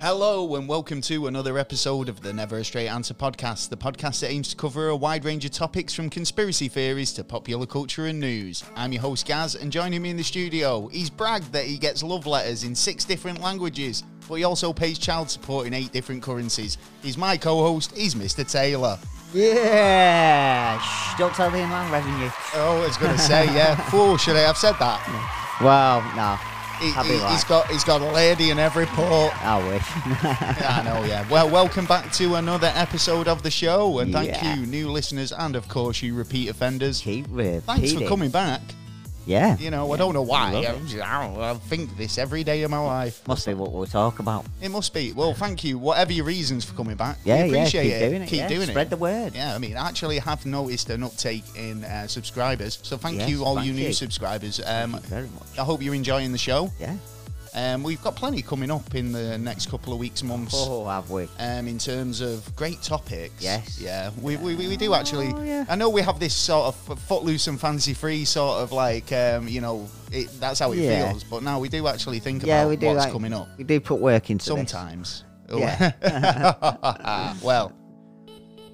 Hello and welcome to another episode of the Never a Straight Answer podcast, the podcast that aims to cover a wide range of topics from conspiracy theories to popular culture and news. I'm your host Gaz, and joining me in the studio, he's bragged that he gets love letters in six different languages, but he also pays child support in eight different currencies. He's my co-host. He's Mr. Taylor. Yeah. Shh, don't tell the inland revenue. Oh, I was going to say, yeah, fool, should I have said that? Well, no. He, I'll be right. has got he's got a lady in every port. I wish. I know, yeah. Well, welcome back to another episode of the show, and thank Yeah. you, new listeners, and of course, you repeat offenders. Keep with. Thanks for coming back. Yeah. You know, I don't know why. love I, I don't know, I think this every day of my life. Must be what we'll talk about. It must be. Well, thank you. Whatever your reasons for coming back, Yeah, we yeah. appreciate Keep doing it. Keep yeah. doing Spread it. the word. Yeah, I mean, I actually have noticed an uptake in uh, subscribers. So thank Yes, you, all you thank new you. subscribers. Um, Very much. I hope you're enjoying the show. Yeah. Um, we've got plenty coming up in the next couple of weeks, months. Oh, have we? um, in terms of great topics. Yes. Yeah, we, we, we we do actually. Oh, yeah. I know we have this sort of f- footloose and fancy free sort of like, um, you know, it, that's how it Yeah. feels. But now we do actually think Yeah, about we do. what's like, coming up We do put work into this. sometimes. Oh. Yeah. well,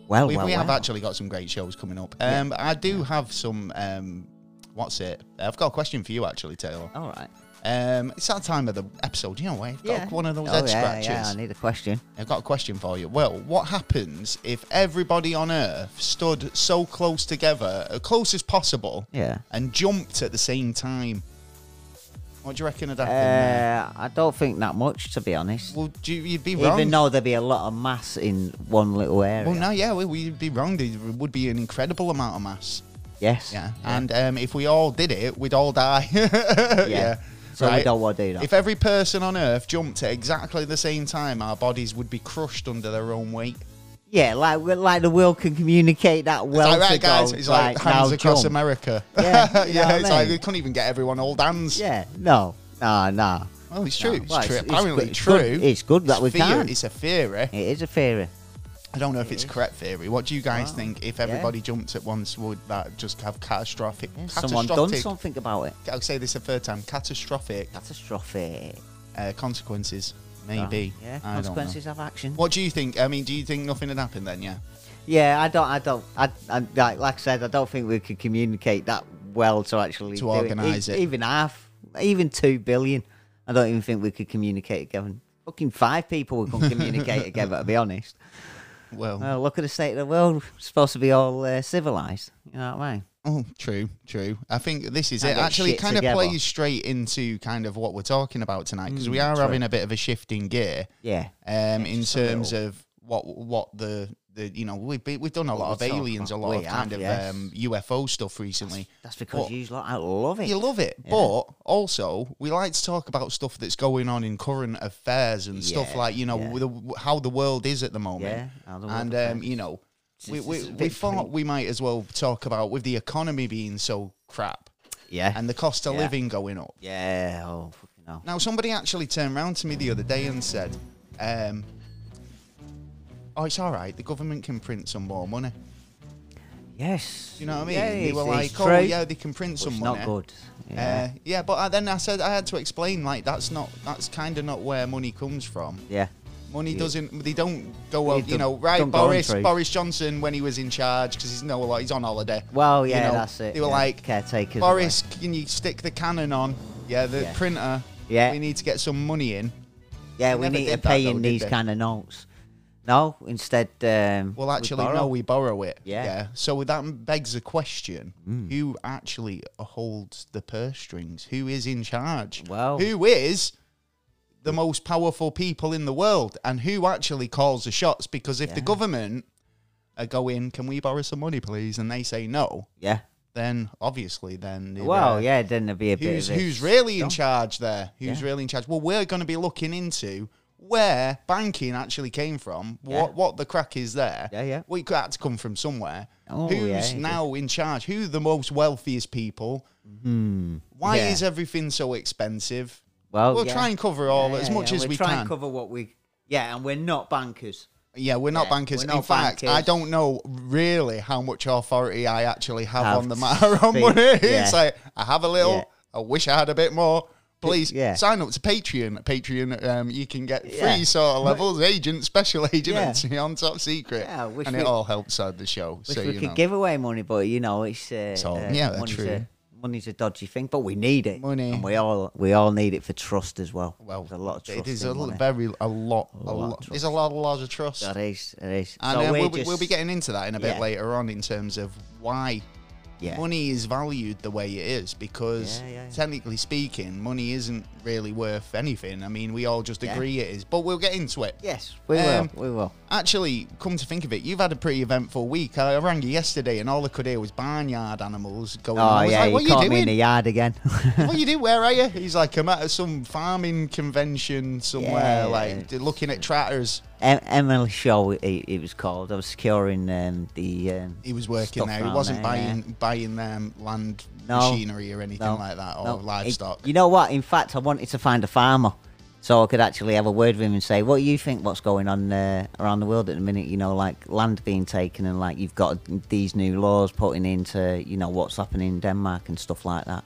Well, we, well, we have well. actually got some great shows coming up. Um, I do have some. Um, what's it? I've got a question for you actually, Taylor. All right. Um, it's that time of the episode. You know, where you've got one of those oh, head yeah, scratches. Yeah, I need a question. I've got a question for you. Well, what happens if everybody on Earth stood so close together, as close as possible, Yeah. and jumped at the same time? What do you reckon would happen? there? Uh, I don't think that much, to be honest. well, do you, you'd be wrong. Even though there'd be a lot of mass in one little area. well, no, yeah, we, we'd be wrong. There would be an incredible amount of mass. Yes. Yeah, and um, if we all did it, we'd all die. yeah. So Right. we don't want to do that. If every person on Earth jumped at exactly the same time, our bodies would be crushed under their own weight. Yeah, like like the world can communicate that It's well. like, right, to guys, go, it's like, now hands across jump. America. Yeah, you know yeah, what I it's like mean? they couldn't even get everyone old hands. Yeah, no, no, no. Well, it's true. No. It's Well, true. it's- it's Apparently good- it's true. good- it's good that we theor- can. It's a theory. It is a theory. I don't know if it's is. correct theory. What do you guys Wow. think? If Yeah. everybody jumped at once, would that just have catastrophic? Yeah, someone catastrophic done something about it. I'll say this a third time. Catastrophic Catastrophic. uh, consequences, maybe. Oh, yeah, I consequences Don't of action. know. What do you think? I mean, do you think nothing would happen then? Yeah. Yeah, I don't, I don't, I, I like, like I said, I don't think we could communicate that well to actually To do organise it. E- Even half, even two billion, I don't even think we could communicate together. Fucking five people we can communicate together. To be honest, Well. well, look at the state of the world. We're supposed to be all uh, civilized. You know what I mean? Oh, true, true. I think this is Can't it. get Actually, shit kind together. of plays straight into kind of what we're talking about tonight because we Mm, are true. having a bit of a shift in gear Yeah. um, Yeah, in just a terms of what what the, the you know we've been, we've done a lot we of talk aliens, a about- lot of we kind of have, yes. um, UFO stuff recently. That's because But- you lot, I love it. You love it, Yeah. but also we like to talk about stuff that's going on in current affairs and stuff Yeah, like you know yeah. the, how the world is at the moment, Yeah, how the world and um, affairs. you know we It's- we, it's a we bit thought free. we might as well talk about with the economy being so crap yeah. and the cost of Yeah. living going up. yeah. Oh, fucking hell. Now, somebody actually turned round to me the other day and said, um, "Oh, it's all right. The government can print some more money." Yes. Do you know what I mean? Yeah, they it's- were like, it's "Oh, true, yeah, eh?" they can print but some it's money." not good. Yeah. Yeah. Uh, yeah, but I, then I said I had to explain like that's not that's kind of not where money comes from. yeah. Money Yeah. doesn't they don't go They up, you don't- know, right don't go on Boris through. Boris Johnson when he was in charge because he's no he's on holiday. Well, You yeah, know, that's it. They were yeah. like, caretakers. are Boris, can you stick the cannon on? Yeah, the Yeah. printer. Yeah. we need to get some money in. like- yeah, we never need to did that pay though, in did these they? kind of notes. No, instead. Um, Well, we actually, no, borrow. we borrow it. Yeah. Hmm. So that begs the question: Who actually holds the purse strings? Who is in charge? Well- who is the most powerful people in the world, and who actually calls the shots? Because if the Yeah. government are going, "Can we borrow some money, please?" and they say no, Yeah. then obviously, then they're, Well, uh, yeah, then there'd be a bit. who's of it. who's really in No. charge there? Who's Yeah. really in charge? Well, we're going to be looking into where banking actually came from. What Yeah. what the crack is there? Yeah, yeah. We had to come from somewhere. Oh, yeah, who's it now in charge? Who are the most wealthiest people? Why Hmm. Yeah. is everything so expensive? Well, we'll yeah. try and cover all Yeah, as yeah, much yeah, as we'll we try can. and cover what we. Yeah, and we're not bankers. yeah, we're not Yeah, bankers. we're in not fact, I bankers. don't know really how much authority I actually have, Have on the to matter on speak, money. yeah. It's like I have a little. Yeah. I wish I had a bit more. Please Yeah. sign up to Patreon. Patreon, um, you can get free Yeah. sort of levels, agent, special agent, Yeah. and on top secret. Yeah, I wish and we- it all helps out the show. Wish so we you could know, give away money, but you know it's uh, all- uh, yeah, that's money's true. A, money's a dodgy thing, but we need it. Money. and we all we all need it for trust as well. well, There's a lot of trust. It is in a l- money. very a lot, a, lot of lot. trust. There's a lot, a lot of trust. That is, that is. And so uh, we're we'll, be, just, we'll be getting into that in a bit Yeah. later on in terms of why yeah. money is valued the way it is because Yeah, yeah, yeah. technically speaking, money isn't really worth anything. I mean, we all just Yeah. agree it is, but we'll get into it. Yes, we Um, will. We will. Actually, come to think of it, you've had a pretty eventful week. I rang you yesterday, and all I could hear was barnyard animals going. on. Oh I was yeah, like, what you caught are you me in doing? the yard again. what you do? Where are you? He's like, I'm at some farming convention somewhere, Yeah. like d- looking at tratters. em- Emily Shaw, it, it was called. I was securing um, the. Um, He was working Stuff there. He around wasn't there, yeah. buying buying um, land No. machinery or anything no, like that, or no, it- livestock. you know what? In fact, I wanted to find a farmer, so I could actually have a word with him and say, "What do you think? What's going on uh, around the world at the minute? You know, like land being taken, and like you've got these new laws putting into, you know, what's happening in Denmark and stuff like that."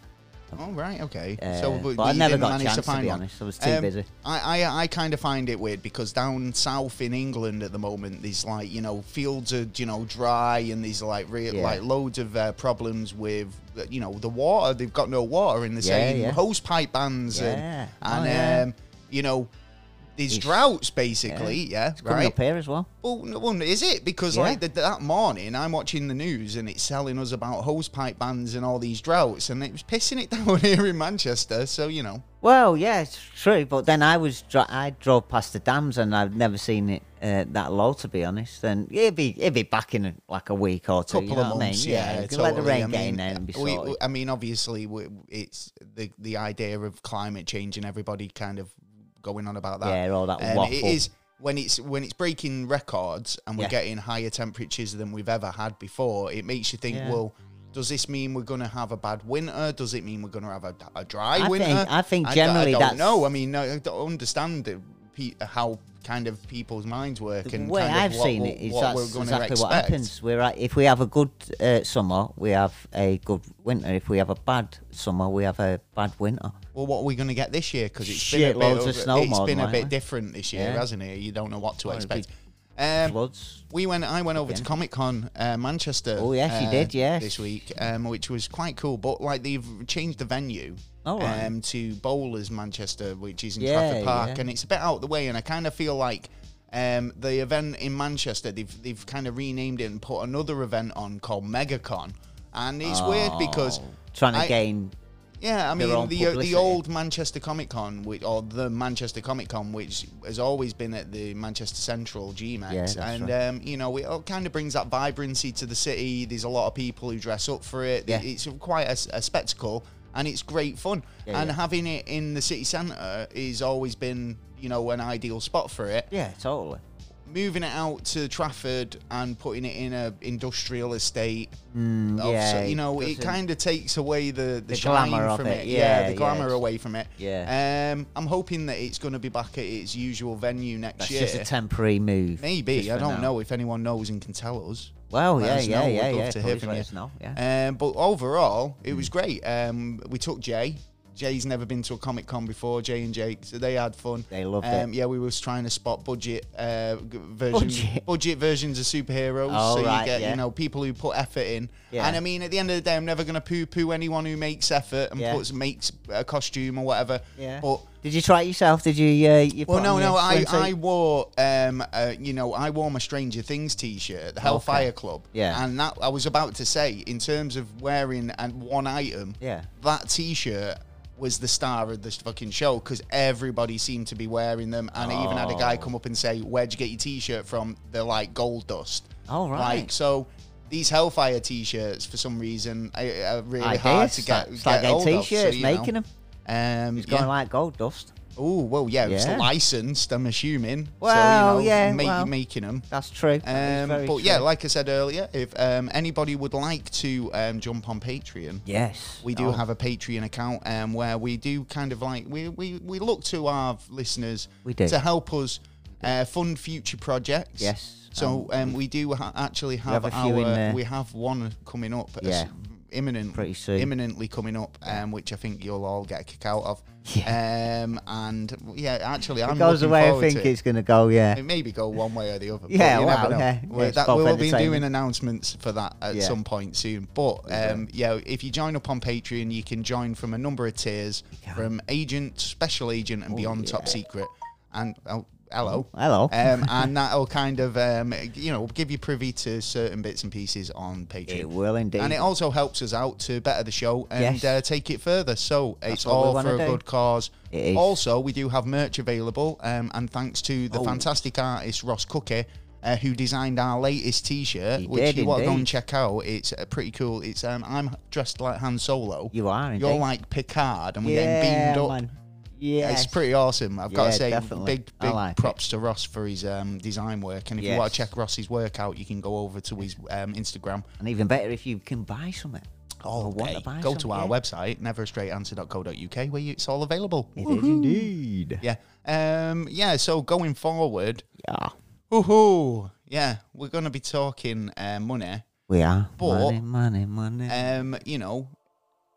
Oh right, okay. Uh, so, but I you never didn't got a manage chance, to find be one. Um, honest. I was too busy. I, I, I kind of find it weird because down south in England at the moment, there's like you know fields are you know dry and there's like real Yeah. like loads of uh, problems with uh, you know the water. They've got no water in the Yeah, same yeah. hose pipe bans Yeah. and Oh, and yeah. um, you know there's It's- droughts basically. Yeah, It's coming right. up here as well. Well, no, well, is it? Because Yeah. like the, that morning, I'm watching the news and it's telling us about hosepipe bans and all these droughts, and it was pissing it down here in Manchester. So you know, Well, yeah, it's true. But then I was dri- I drove past the dams and I've never seen it uh, that low to be honest. And it'd be it'd be back in like a week or two. couple you know of what months, I mean? yeah, you can totally. let the rain I get mean, in there and be we- sorted. I mean, obviously, we, it's the the idea of climate change and everybody kind of going on about that. Yeah, all that Um, waffle. It is when it's when it's breaking records and we're Yeah. getting higher temperatures than we've ever had before. It makes you think, Yeah. well. Does this mean we're going to have a bad winter? Does it mean we're going to have a, a dry I winter? think- I think d- generally I don't that's- know. I mean, I don't understand the, pe- how kind of people's minds work the and way kind of I've what, seen we're- it is what that's we're going exactly to expect. what happens. We're at, if we have a good uh, summer, we have a good winter. If we have a bad summer, we have a bad winter. Well, what are we going to get this year? Because it's been a Shit bit, loads of over- snow it's more been than a bit likely. different this year, Yeah. hasn't it? You don't know what to Well, it'd be expect. Um, Floods. we went. I went over to Yeah. Comic Con uh, Manchester. Oh, yes, you uh, did, yes. this week, um, which was quite cool. But like they've changed the venue. All Oh, right. Um, to Bowlers Manchester, which is in Yeah, Trafford Park, yeah. and it's a bit out the way. And I kind of feel like um, the event in Manchester, they've they've kind of renamed it and put another event on called MegaCon, and it's weird because Oh. trying to I- gain. yeah, I their mean own the the publicity. old Manchester Comic Con, which or the Manchester Comic Con, which has always been at the Manchester Central GMAX, Yeah, that's and right. um, you know it all kind of brings that vibrancy to the city. There's a lot of people who dress up for it. Yeah. It's quite a, s- a spectacle, and it's great fun. Yeah, and yeah. having it in the city centre is always been you know an ideal spot for it Yeah, totally. Oh, moving it out to Trafford and putting it in a industrial estate. of- yeah, you know, it doesn't- kind of takes away the, the, The shine glamour of from it, it. Yeah, yeah, the yeah, glamour it's- away from it. yeah. Um, I'm hoping that it's going to be back at its usual venue next That's year. just a temporary move. just Maybe for I don't now. know if anyone knows and can tell us. Well, Let yeah, us yeah, know. yeah, We'd love yeah. to hear please from let you. us know, Yeah. Hmm. Um, but overall, it was great. Um, we took Jay. Jay's never been to a Comic Con before. Jay and Jake, so they had fun. They loved it. um, Yeah, we was trying to spot budget uh, g- versions, budget. Budget. versions of superheroes. Oh, so you right, get yeah. you know people who put effort in. Yeah. And I mean, at the end of the day, I'm never going to poo-poo anyone who makes effort and Yeah. puts makes a costume or whatever. Yeah. But Did you try it yourself? Did you? Uh, you well, put no, on no. your I, swimsuit? I wore, um, uh, you know, I wore my Stranger Things T-shirt, at the Hellfire Club. Yeah. And that I was about to say, in terms of wearing and one item, Yeah. that T-shirt was the star of this fucking show because everybody seemed to be wearing them, and I even had a Oh. guy come up and say, "Where'd you get your T-shirt from?" They're like gold dust. Oh, right. Like so. These Hellfire T-shirts, for some reason, are, are really I hard guess. to get. It's get like a hold of, so, T-shirt's you know. making 'em. Um, It's going yeah. like gold dust. Oh well, yeah, it's Yeah. licensed. I'm assuming. Well, so, you know, yeah, make, well. making them. That's true. Um, but yeah, like I said earlier, if um, anybody would like to um, jump on Patreon, yes, we do Oh, have a Patreon account um, where we do kind of like we, we, we look to our listeners We do. to help us uh, fund future projects. Yes, So um, we do ha- actually have, have a few our in there. we have one coming up. as- Yeah. imminent, Pretty soon. imminently coming up, um, which I think you'll all get a kick out of. Um, and yeah, actually, I'm It goes the looking way I forward think to it. it's going to go, yeah. It maybe go one way or the other. Yeah, but you well, never know. yeah. Well, It's that- both we'll be doing entertainment. announcements for that at Yeah. some point soon. But um, yeah, if you join up on Patreon, you can join from a number of tiers, from agent, special agent, and beyond top secret. And oh, hello. Oh, Hello. Um, and that'll kind of, um, you know, give you privy to certain bits and pieces on Patreon. It will indeed. And it also helps us out to better the show and Yes. uh, take it further. So it's what we all wanna for a do. good cause. It is. Also, we do have merch available, um, and thanks to Oh. the fantastic artist Ross Cookie. Uh, who designed our latest T-shirt? He which did you want to go indeed. and check out. It's uh, pretty cool. It's um, I'm dressed like Han Solo. You are You're indeed. like Picard, and we're getting yeah, beamed up. man. Yeah. It's pretty awesome. I've got to Yeah, say, definitely. big I big like props to Ross for his um, design work. And if you Yes. want to check Ross's work out, you can go over to his um, Instagram. And even better if you can buy some of it. Oh, Or want to buy Go some, to our yeah. website, neverastraightanswer.co.uk, where you, it's all available. It is Woohoo. indeed. Yeah. Um, yeah, so going forward, Yeah. woohoo, yeah, we're going to be talking uh, money. We are. But- money, money, money. Um, you know,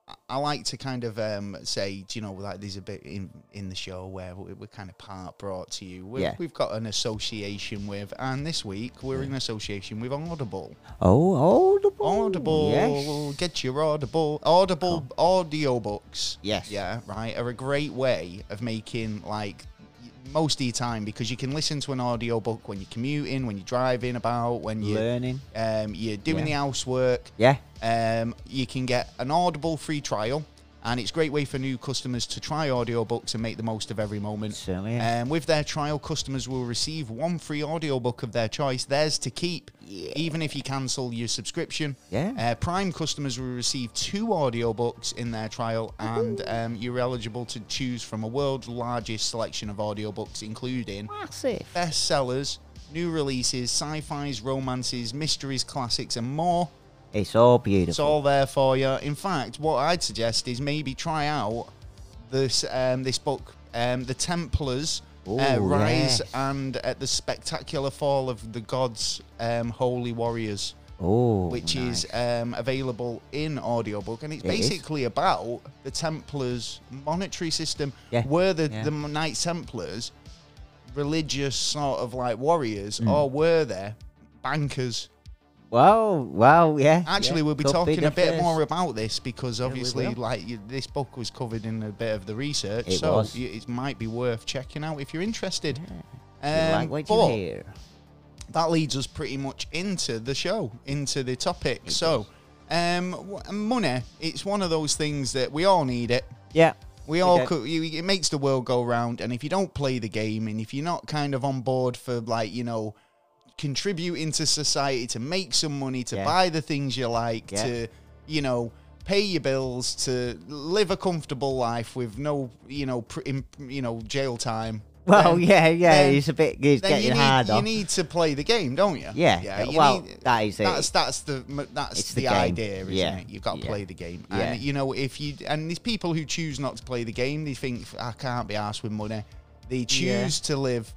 I, I like to kind of um, say, do you know, like there's a bit in, in the show where we- we're kind of part brought to you. We've, Yeah. we've got an association with, and this week we're in association with Audible. oh, audible. Audible, Yes. get your Audible, Audible audiobooks. Yes. Yeah, right. Are a great way of making like y- most of your time because you can listen to an audiobook when you're commuting, when you're driving about, when you Learning. um, you're doing Yeah. the housework. Yeah. Um, you can get an Audible free trial, and it's a great way for new customers to try audiobooks and make the most of every moment. Certainly is. Um, with their trial, customers will receive one free audiobook of their choice, theirs to keep, even if you cancel your subscription. Yeah. Uh, Prime customers will receive two audiobooks in their trial, and um, you're eligible to choose from a world's largest selection of audiobooks, including Massive. bestsellers, new releases, sci fis, romances, mysteries, classics, and more. It's all beautiful. It's all there for you. In fact, what I'd suggest is maybe try out this um, this book, um, the Templars. uh, Ooh, Rise Oh, yes. and uh, the spectacular fall of the gods, um, holy warriors, oh, which nice. is um, available in audiobook, and it's It is. basically about the Templars' monetary system. Yeah, Were the, yeah. the Knights Templars religious sort of like warriors, Mm. or were they bankers? Wow, wow, yeah. Actually, yeah. we'll be Go talking bigger a bit first. more about this because obviously, will. like you, this book was covered in a bit of the research, It so was. You, it might be worth checking out if you're interested. You Um, like what you but hear. that leads us pretty much into the show, into the topic. so, um, w- money, it's one of those things that we all need it. Yeah. We all do. could, you, it makes the world go round, and if you don't play the game, and if you're not kind of on board for like you know, contributing to society to make some money, to Yeah. buy the things you like, Yeah. to you know, pay your bills, to live a comfortable life with no you know, pr- im- you know, jail time. Well, then- yeah, yeah. then- it's a bit. It's then getting you need, hard you on. need to play the game, don't you? Yeah, uh, you well, that is it. That's that's the m- that's It's the, the game. idea, isn't Yeah, it? You've got to yeah. play the game, Yeah. and you know if you and there's people who choose not to play the game. They think I can't be arsed with money. They choose to live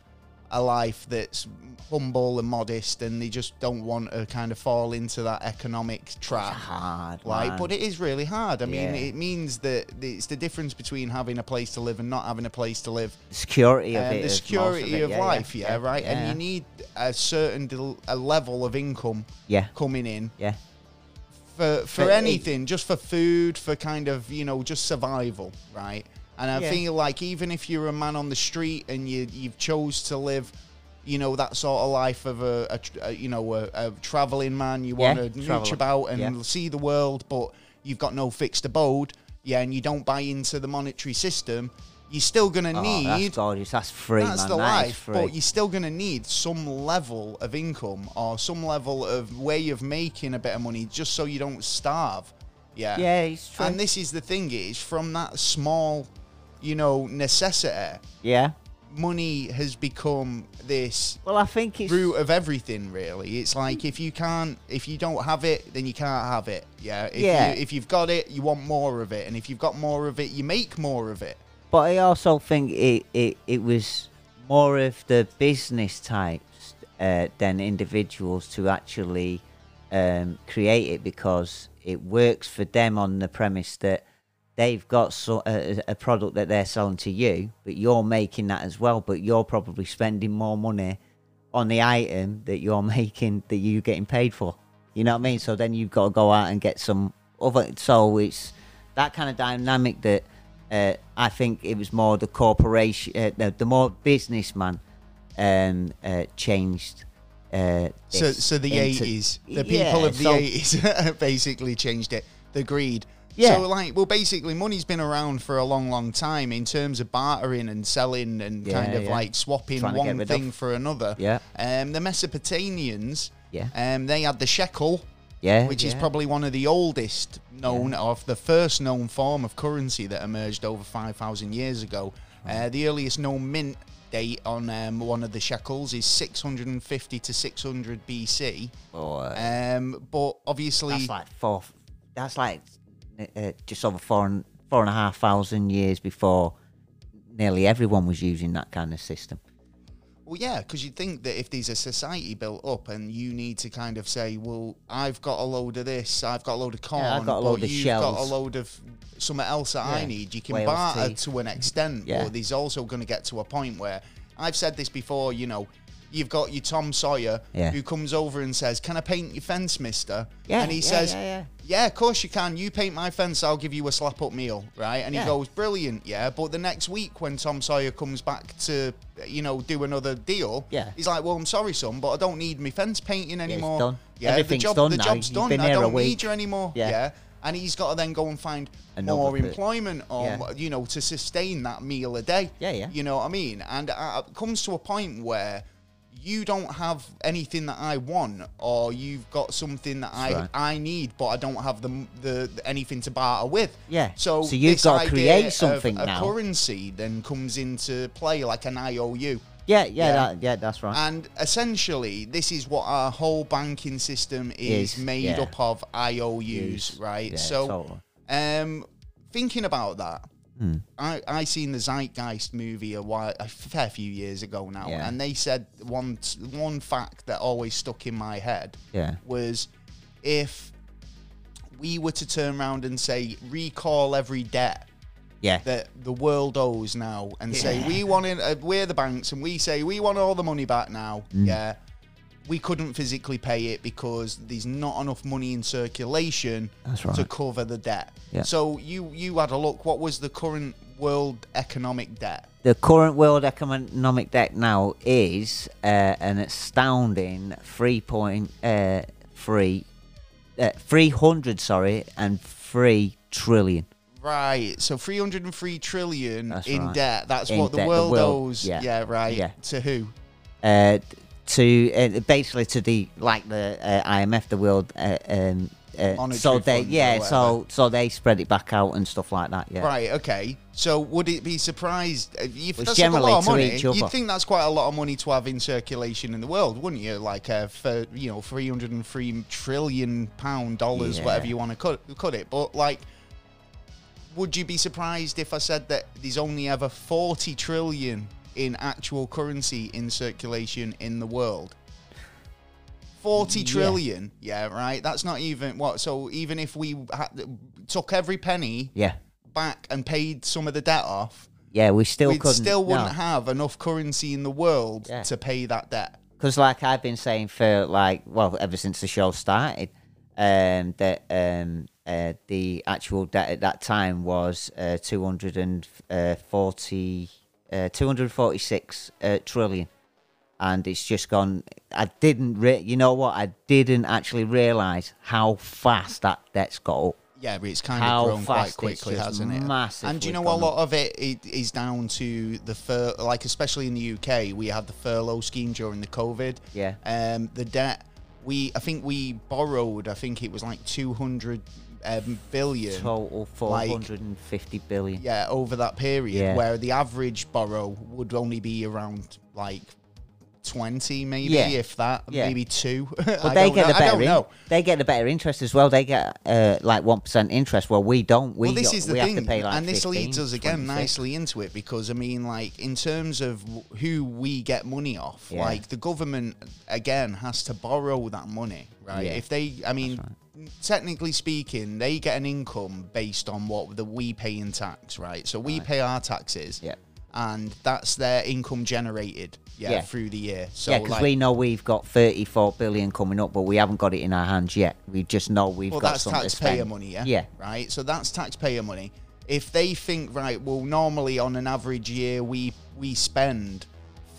a life that's humble and modest, and they just don't want to kind of fall into that economic trap. hard. Like, man. but it is really hard. I mean, Yeah. it means that it's the difference between having a place to live and not having a place to live The security of um, it. the is most security it, of yeah, life, yeah, right. And yeah, you need a certain del- a level of income Yeah. coming in Yeah. for for For- anything, just for food, for kind of you know just survival, right? And I Yeah. feel like even if you're a man on the street and you you've chose to live. You know that sort of life of a, a, tr- a you know a, a traveling man. You Yeah, want to nooch traveller, about and yeah. see the world, but you've got no fixed abode. Yeah, and you don't buy into the monetary system. You're still gonna Oh, need that's gorgeous. That's free, that's man. the that is life, free. but you're still going to need some level of income or some level of way of making a bit of money just so you don't starve. Yeah. Yeah, it's true. And this is the thing is from that small, you know, necessity, yeah. money has become this Well, I think it's. root of everything really. It's like if you can't if you don't have it, then you can't have it. Yeah. If Yeah. you if you've got it, you want more of it. And if you've got more of it, you make more of it. But I also think it, it, it was more of the business types uh, than individuals to actually um, create it because it works for them on the premise that they've got so, a, a product that they're selling to you, but you're making that as well. But you're probably spending more money on the item that you're making that you're getting paid for. You know what I mean? So then you've got to go out and get some other. So it's that kind of dynamic that uh, I think it was more the corporation, uh, the, the more businessman um, uh, changed. Uh, So, this so the into- 80s, the people Yeah, of the so- 80s basically changed it. The greed. Yeah. So, like, well, basically, money's been around for a long, long time in terms of bartering and selling and Yeah, kind of yeah. like swapping Trying to get one rid thing of. for another. Yeah. Um, the Mesopotamians. Yeah. Um, they had the shekel, yeah, which is yeah. probably one of the oldest known, of the first known form of currency that emerged over 5,000 years ago. Uh, the earliest known mint date on um, one of the shekels is 650 to 600 BC. Or- Um, but obviously, That's like four. That's like uh, just over four and four and a half thousand years before nearly everyone was using that kind of system. well, yeah, because you'd think that if there's a society built up and you need to kind of say, well, I've got a load of this, I've got a load of corn, I've got a load but of you've got a shells. load of something else that I Yeah, need, you can whale's barter teeth. to an extent, Yeah. but there's also going to get to a point where I've said this before, you know. You've got your Tom Sawyer Yeah. who comes over and says, "Can I paint your fence, Mister?" Yeah, and he yeah, says, yeah, yeah. Yeah, of course you can. You paint my fence, I'll give you a slap up meal, right? And he Yeah. goes, brilliant, yeah. But the next week when Tom Sawyer comes back to, you know, do another deal, Yeah. he's like, well, I'm sorry, son, but I don't need my fence painting anymore. done. Yeah, Everything's the job, done the now. job's You've done. been I here a don't need week. you anymore. Yeah. Yeah. And he's got to then go and find Another more bit. employment or Yeah. you know to sustain that meal a day. Yeah, yeah. You know what I mean? And uh, it comes to a point where you don't have anything that I want, or you've got something that I right. I need, but I don't have the the anything to barter with. Yeah. So, So you've this gotta idea create of something a now. Currency then comes into play like an IOU. Yeah, yeah, Yeah. yeah, that, yeah that's right. And essentially, this is what our whole banking system is Is, made yeah. up of IOUs, Use, right? yeah, so, totally. um, thinking about that, I, I seen the Zeitgeist movie a while, a fair few years ago now, Yeah. and they said one one fact that always stuck in my head Yeah. was if we were to turn around and say recall every debt yeah, that the world owes now and say Yeah. we want it, uh, we're the banks and we say we want all the money back now Mm. yeah we couldn't physically pay it because there's not enough money in circulation That's to right. cover the debt Yeah. so you you had a look what was the current world economic debt the current world economic debt now is uh, an astounding three point uh, three uh, three hundred sorry and three trillion. right so 303 trillion That's in right. debt that's In what the debt, the world, world- owes yeah, yeah. right Yeah. to who uh, to uh, basically to the like the uh, IMF, the World. Uh, um, uh, Monetary so they Fund or yeah, whatever. so so they spread it back out and stuff like that. Yeah, Right. Okay. So would it be surprised uh, if Which that's like a lot generally of to money? each You'd other. think that's quite a lot of money to have in circulation in the world, wouldn't you? Like uh, for you know, three hundred and three trillion pound dollars, Yeah. whatever you want to cut cut it. But like, would you be surprised if I said that there's only ever forty trillion in actual currency in circulation in the world? Forty Yeah. trillion, yeah, right. That's not even what. So even if we ha- took every penny yeah, back and paid some of the debt off, yeah. We still we couldn't still wouldn't no. have enough currency in the world Yeah. to pay that debt. because like I've been saying for like well ever since the show started, um, that um, uh, the actual debt at that time was uh, 240, uh, 246 uh, trillion, and it's just gone. I didn't, re- you know what? I didn't actually realize how fast that debt's got up. Yeah, but it's kind How of grown quite fast it's quickly, just hasn't it? And do you massively know a gone lot of it, it is down to the fur, like especially in the UK, we had the furlough scheme during the COVID. Yeah. Um, the debt we, I think we borrowed, I think it was like two hundred um, billion. Total Like- four hundred and fifty billion. yeah, over that period, Yeah. where the average borrow would only be around like twenty, maybe Yeah. if that, Yeah. maybe two. Well, I they don't get know. the I better. don't know. In, they get the better interest as well. They get uh, like one percent interest. Well, we don't. We well, this got- is the we thing, have to pay like and this 15, leads us again 26. nicely into it because I mean, like in terms of w- who we get money off, Yeah. like the government again has to borrow that money, right? Yeah. If they, I mean, technically speaking, they get an income based on what the we pay in tax, right? So we pay our taxes, Yeah. and that's their income generated, yeah, Yeah. through the year. So Yeah, because like, we know we've got 34 billion coming up, but we haven't got it in our hands yet. We just know we've well, got that's something to taxpayer spend. money, yeah? Yeah, Right? So that's taxpayer money. If they think, right, well, normally on an average year we we spend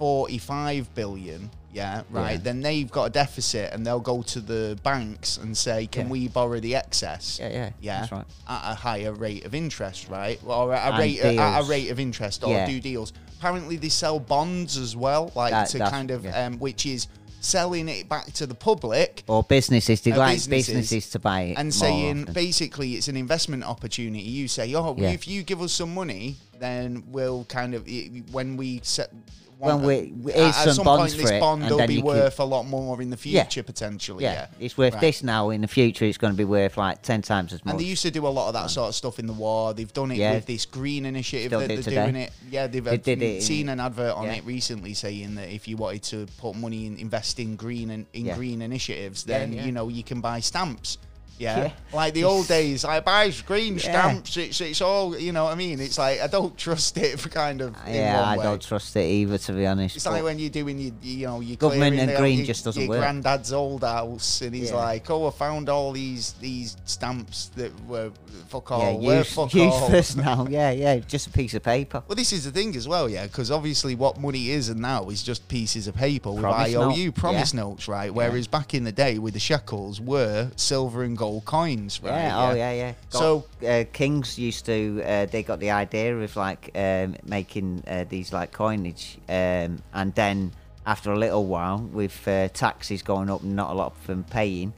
45 billion, yeah, right, Yeah. then they've got a deficit and they'll go to the banks and say, can Yeah. we borrow the excess? Yeah, yeah, Yeah. that's right. At a higher rate of interest, right? Or at a, And rate, at a deals. rate of interest or Yeah. do deals. Apparently they sell bonds as well, like That- to that's- kind of, yeah. um, which is selling it back to the public Or businesses, they Uh, like businesses. businesses, to buy it. more and saying often. basically it's an investment opportunity. You say, oh, well, Yeah. if you give us some money, then we'll kind of i- when we set. When we- we- here's at some some bonds point, this for it, bond and will then be you can- worth a lot more in the Yeah. future potentially. yeah, Yeah, it's worth Right. this now. In the future, it's going to be worth like 10 times as much. And they used to do a lot of that sort of stuff in the war. They've done it Yeah. with this green initiative Still that do they're today. doing it. Yeah, they've They did uh, it in- seen an advert on yeah. it recently saying that if you wanted to put money in invest in green and in Yeah. green initiatives, Yeah, then yeah. you know you can buy stamps. Yeah. Yeah. like the old days, I buy green Yeah. stamps. It's it's all you know. what I mean, it's like I don't trust it for kind of. in yeah, one I way. don't trust it either, to be honest. It's but- like when you're doing your, you know, your Government clearing and the- green your- just doesn't your work. granddad's old house, and he's Yeah. like, "Oh, I found all these these stamps that were fuck all, yeah, were use- "Oh, fuck all." useless now. Yeah, yeah, just a piece of paper. Well, this is the thing as well, yeah, because obviously what money is and now is just pieces of paper with Promise IOU note, promise notes, right? Whereas back in the day with the shekels were silver and gold coins, right? Yeah, oh yeah, yeah. Got- So- uh, Kings used to uh, they got the idea of like um, making uh, these like coinage, um, and then after a little while, with uh, taxes going up and not a lot of them paying,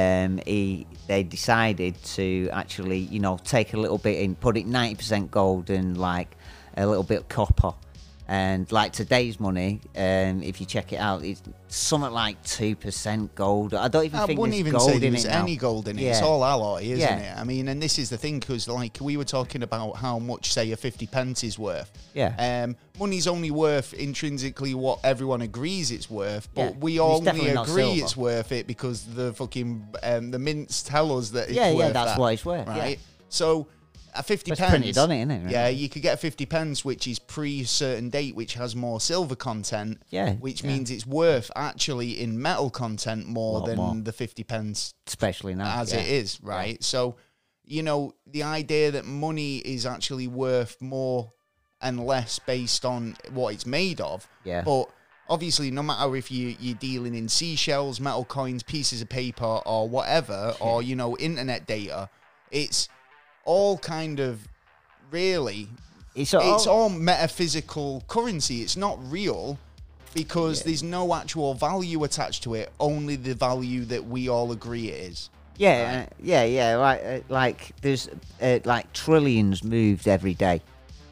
um, he they decided to actually you know take a little bit and put it ninety percent gold and like a little bit copper. And like today's money, um, if you check it out, it's something like two percent gold. I don't even I think wouldn't there's even gold say in there was it now. any gold in it. It's Yeah. all alloy, isn't Yeah. it? I mean, and this is the thing because, like, we were talking about how much, say, a 50 pence is worth. Yeah. Um, money's only worth intrinsically what everyone agrees it's worth, but Yeah. we It's only definitely not agree silver. it's worth it because the fucking um, the mints tell us that it's Yeah, yeah, worth that's that, what it's worth, yeah. Right. So. A 50 It's pence. printed on it, isn't it, really? Yeah, you could get a 50 pence, which is pre a certain date, which has more silver content. Yeah, Which yeah. means it's worth actually in metal content more Lot than more. the 50 pence especially now as yeah. it is, right? So, you know, the idea that money is actually worth more and less based on what it's made of. Yeah. But obviously, no matter if you, you're dealing in seashells, metal coins, pieces of paper, or whatever, or, you know, internet data, it's all kind of really It's it's all metaphysical currency. It's not real because there's no actual value attached to it. Only the value that we all agree it is. yeah, uh, yeah, yeah. Like, uh, like there's uh, like trillions moved every day,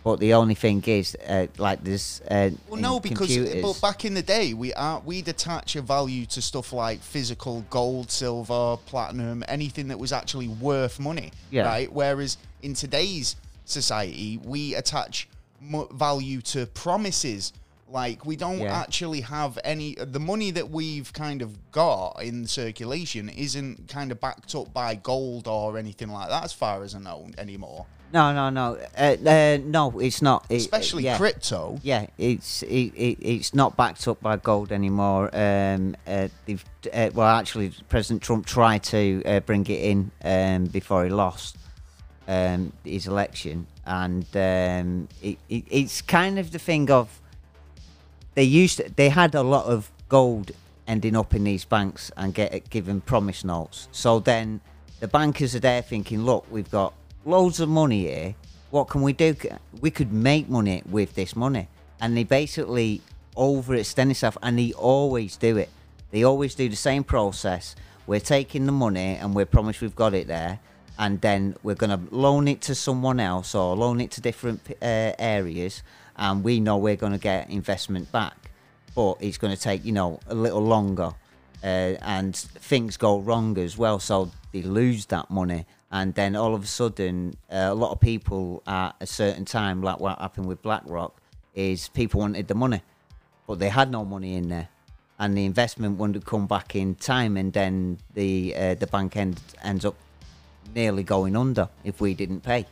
but the only thing is, uh, like there's uh, Well, in no, because computers, but back in the day, we are we'd attach a value to stuff like physical gold, silver, platinum, anything that was actually worth money, Yeah. right? Whereas in today's society, we attach mo- value to promises. Like we don't Yeah. actually have any the money that we've kind of got in circulation isn't kind of backed up by gold or anything like that, as far as I know anymore. no, no, no, uh, uh, no, it's not. It- Especially uh, yeah. crypto. Yeah, it's it, it, it's not backed up by gold anymore. Um, uh, they've uh, well, actually, President Trump tried to uh, bring it in um, before he lost um, his election, and um, it, it, it's kind of the thing of they used they had a lot of gold ending up in these banks and get given promise notes. So then the bankers are there thinking, look, we've got loads of money here. What can we do? We could make money with this money, and they basically overextend themselves, and they always do it. They always do the same process. We're taking the money and we're promised we've got it there, and then we're going to loan it to someone else or loan it to different uh, areas, and we know we're going to get investment back. but it's going to take you know a little longer, uh, and things go wrong as well. So they lose that money, and then all of a sudden, uh, a lot of people at a certain time, like what happened with BlackRock, is people wanted the money, but they had no money in there. And the investment wouldn't come back in time, and then the uh, the bank end, ends up nearly going under if we didn't pay. You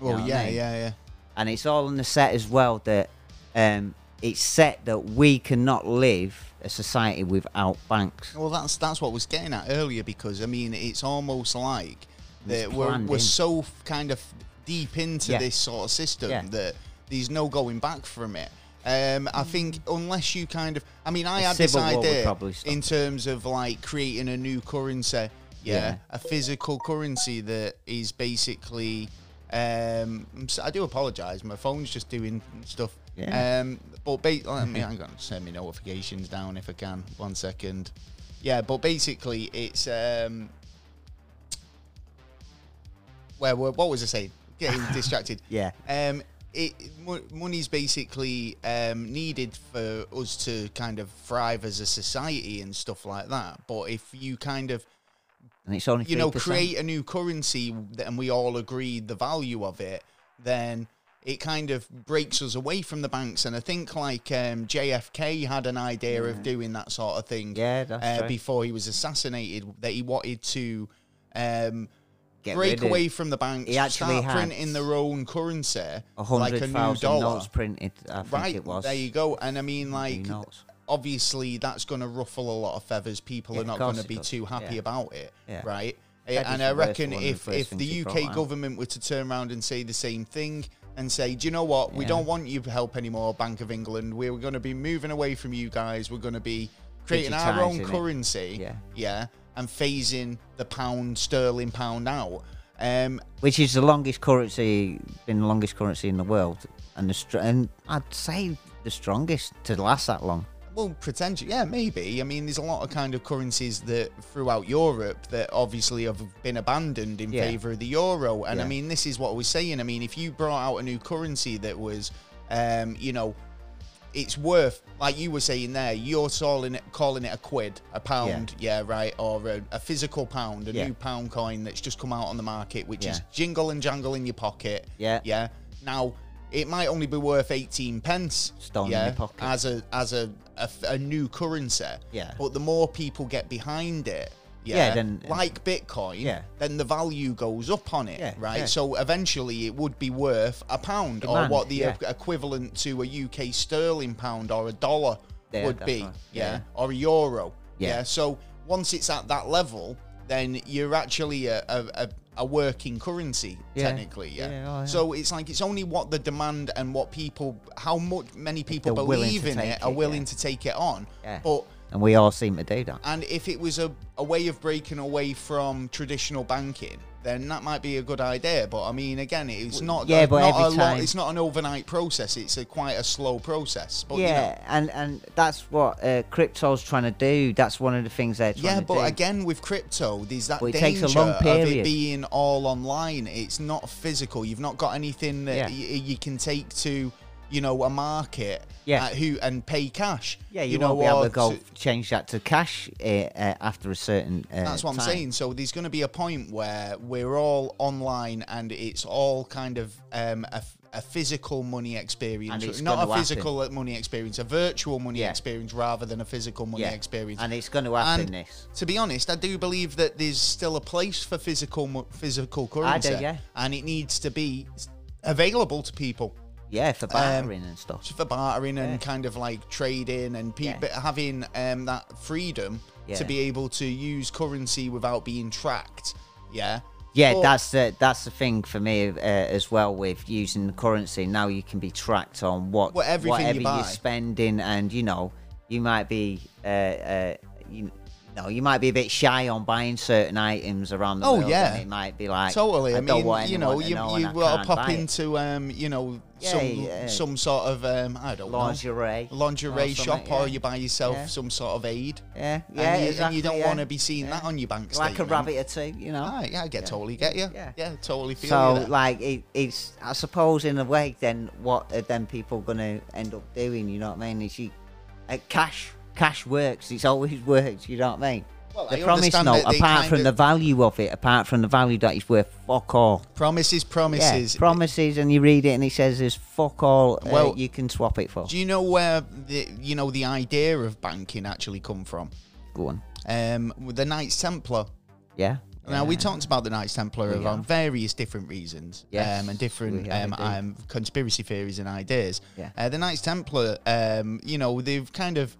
know Well, what I Oh, yeah, mean? yeah, yeah. and it's all on the set as well that um, it's set that we cannot live a society without banks. Well, that's that's what I was getting at earlier because I mean it's almost like that we're, planned we're in. so f- kind of deep into Yeah. this sort of system Yeah. that there's no going back from it. Um, I think unless you kind of, I mean, I A had this civil war would idea probably stop in it. terms of like creating a new currency, yeah, Yeah. a physical currency that is basically. Um, I'm so- I do apologise. My phone's just doing stuff. Yeah. Um, but ba- let me, I'm going to send me notifications down if I can. One second. Yeah, but basically, it's um, where, where what was I saying? Getting distracted. Yeah. Um, it mo- money's basically um, needed for us to kind of thrive as a society and stuff like that. But if you kind of And it's only 3%. you know create a new currency that- and we all agree the value of it then it kind of breaks us away from the banks and i think like um, jfk had an idea of doing that sort of thing Yeah, that's uh, true. before he was assassinated that he wanted to um, Get break rid of- away from the banks He actually start had printing their own currency a like hundred a new thousand dollar notes printed. I think right it was. there you go and i mean like notes. obviously that's going to ruffle a lot of feathers people are Yeah, of not course going to be it does. too happy Yeah. about it Yeah. right Feathers and are i worth reckon one of the if first if things the you uk brought out. government were to turn around and say the same thing and say do you know what we Yeah. don't want you to help anymore bank of england we're going to be moving away from you guys we're going to be creating our own Digitising it. currency Yeah. yeah and phasing the pound sterling pound out um Which is the longest currency, been the longest currency in the world, and the str- and I'd say the strongest to last that long. Well, potentially, yeah, maybe. I mean, there's a lot of kind of currencies that throughout Europe that obviously have been abandoned in Yeah. favour of the euro. And I Yeah. mean, this is what I was saying. I mean, if you brought out a new currency that was, um, you know, it's worth, like you were saying there, you're calling it, calling it a quid, a pound, yeah, right, or a, a physical pound, a Yeah. new pound coin that's just come out on the market, which is Yeah. jingle and jangle in your pocket. Yeah. Yeah. Now, it might only be worth 18 pence. Stone in yeah, your pocket. as a as a, a f- a new currency. Yeah. But the more people get behind it, yeah, Yeah, then- like Bitcoin, Yeah. then the value goes up on it, Yeah, right? yeah. So eventually it would be worth a pound Demand, or what the yeah. e- equivalent to a UK sterling pound or a dollar Yeah, would that's be, right. yeah, Yeah. or a euro. Yeah. So once it's at that level, then you're actually a, a, a, a working currency Yeah. technically, yeah. Yeah, oh, yeah. So it's like it's only what the demand and what people, how much many people they're willing believe to in take it, are it, willing yeah. to take it on. Yeah. But And we all seem to do that. and if it was a, a way of breaking away from traditional banking, then that might be a good idea. But I mean, again, it's not yeah, it's but not every a lo- time- it's not an overnight process. It's a quite a slow process. But you know, yeah, and and that's what uh, crypto's trying to do. That's one of the things they're trying yeah, to do. but again, with crypto, there's that But it danger takes a long of it period. being all online. It's not physical. You've not got anything that Yeah. y- you can take to, you know, a market. Yeah. at who and pay cash. Yeah, you, know, won't be able or to go to- change that to cash uh, uh, after a certain. Uh, That's what I'm time. saying. So there's going to be a point where we're all online and it's all kind of um, a, f- a physical money experience, And it's not gonna a physical money experience, a virtual money Yeah. experience rather than a physical money Yeah, experience. and it's going to happen. And this To be honest, I do believe that there's still a place for physical mo- physical I do, currency, yeah. and it needs to be s- available to people yeah um, for bartering and stuff. for bartering and kind of like trading and people having um, that freedom Yeah. to be able to use currency without being tracked. Yeah. Yeah, But- that's the that's the thing for me uh, as well with using the currency. Now you can be tracked on what What everything you whatever buy. are spending, and you know you might be uh, uh, you know you might be a bit shy on buying certain items around the Oh, world. and yeah. it might be like Totally. I, I, don't want mean, you anyone know, to you, know and you I got to can't pop buy it. into, um, you know, Yeah, some yeah. some sort of, um, I don't Lingerie know, or lingerie something, shop, or yeah. you buy yourself Yeah. some sort of aid. Yeah, And yeah, you- and you, exactly, don't yeah. want to be seeing that on your bank like a statement. rabbit or two, you know. Ah, yeah, I get totally get you. Yeah, Yeah. totally feel you. So there. like it, it's I suppose in a way then what are then people gonna end up doing? You know what I mean? Is you uh, cash cash works. It's always worked. You know what I mean? Well, the I promise understand note, that they apart kind from of- the value of it, apart from the value that it's worth, fuck all. Promises, promises. Yeah, promises, and you read it, and it says there's fuck all. uh, Well, you can swap it for. Do you know where the you know the idea of banking actually come from? Go on. Um, with the Knights Templar. Yeah. Now we talked about the Knights Templar We on have. various different reasons Yes, um, and different we have um, indeed. um, conspiracy theories and ideas. Yeah. Uh, the Knights Templar, um, you know, they've kind of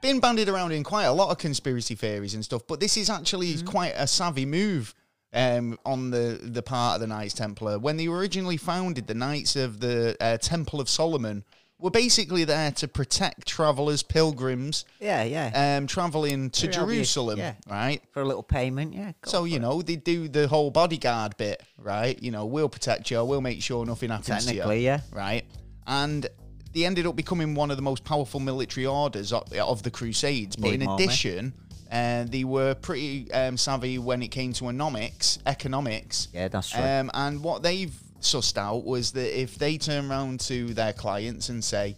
been bandied around in quite a lot of conspiracy theories and stuff, but this is actually Mm-hmm. quite a savvy move um, on the, the part of the Knights Templar. When they were originally founded, the Knights of the uh, Temple of Solomon were basically there to protect travelers, pilgrims, Yeah, yeah. um, traveling to Very obvious, Jerusalem, yeah. right? for a little payment, yeah. go So for you it. know they do the whole bodyguard bit, right? You know we'll protect you, we'll make sure nothing happens to you, Technically, yeah. right? And they ended up becoming one of the most powerful military orders of, of the Crusades. But Need in more, mate. addition, uh, they were pretty um, savvy when it came to economics, economics. Yeah, that's right. Um, and what they've sussed out was that if they turn around to their clients and say,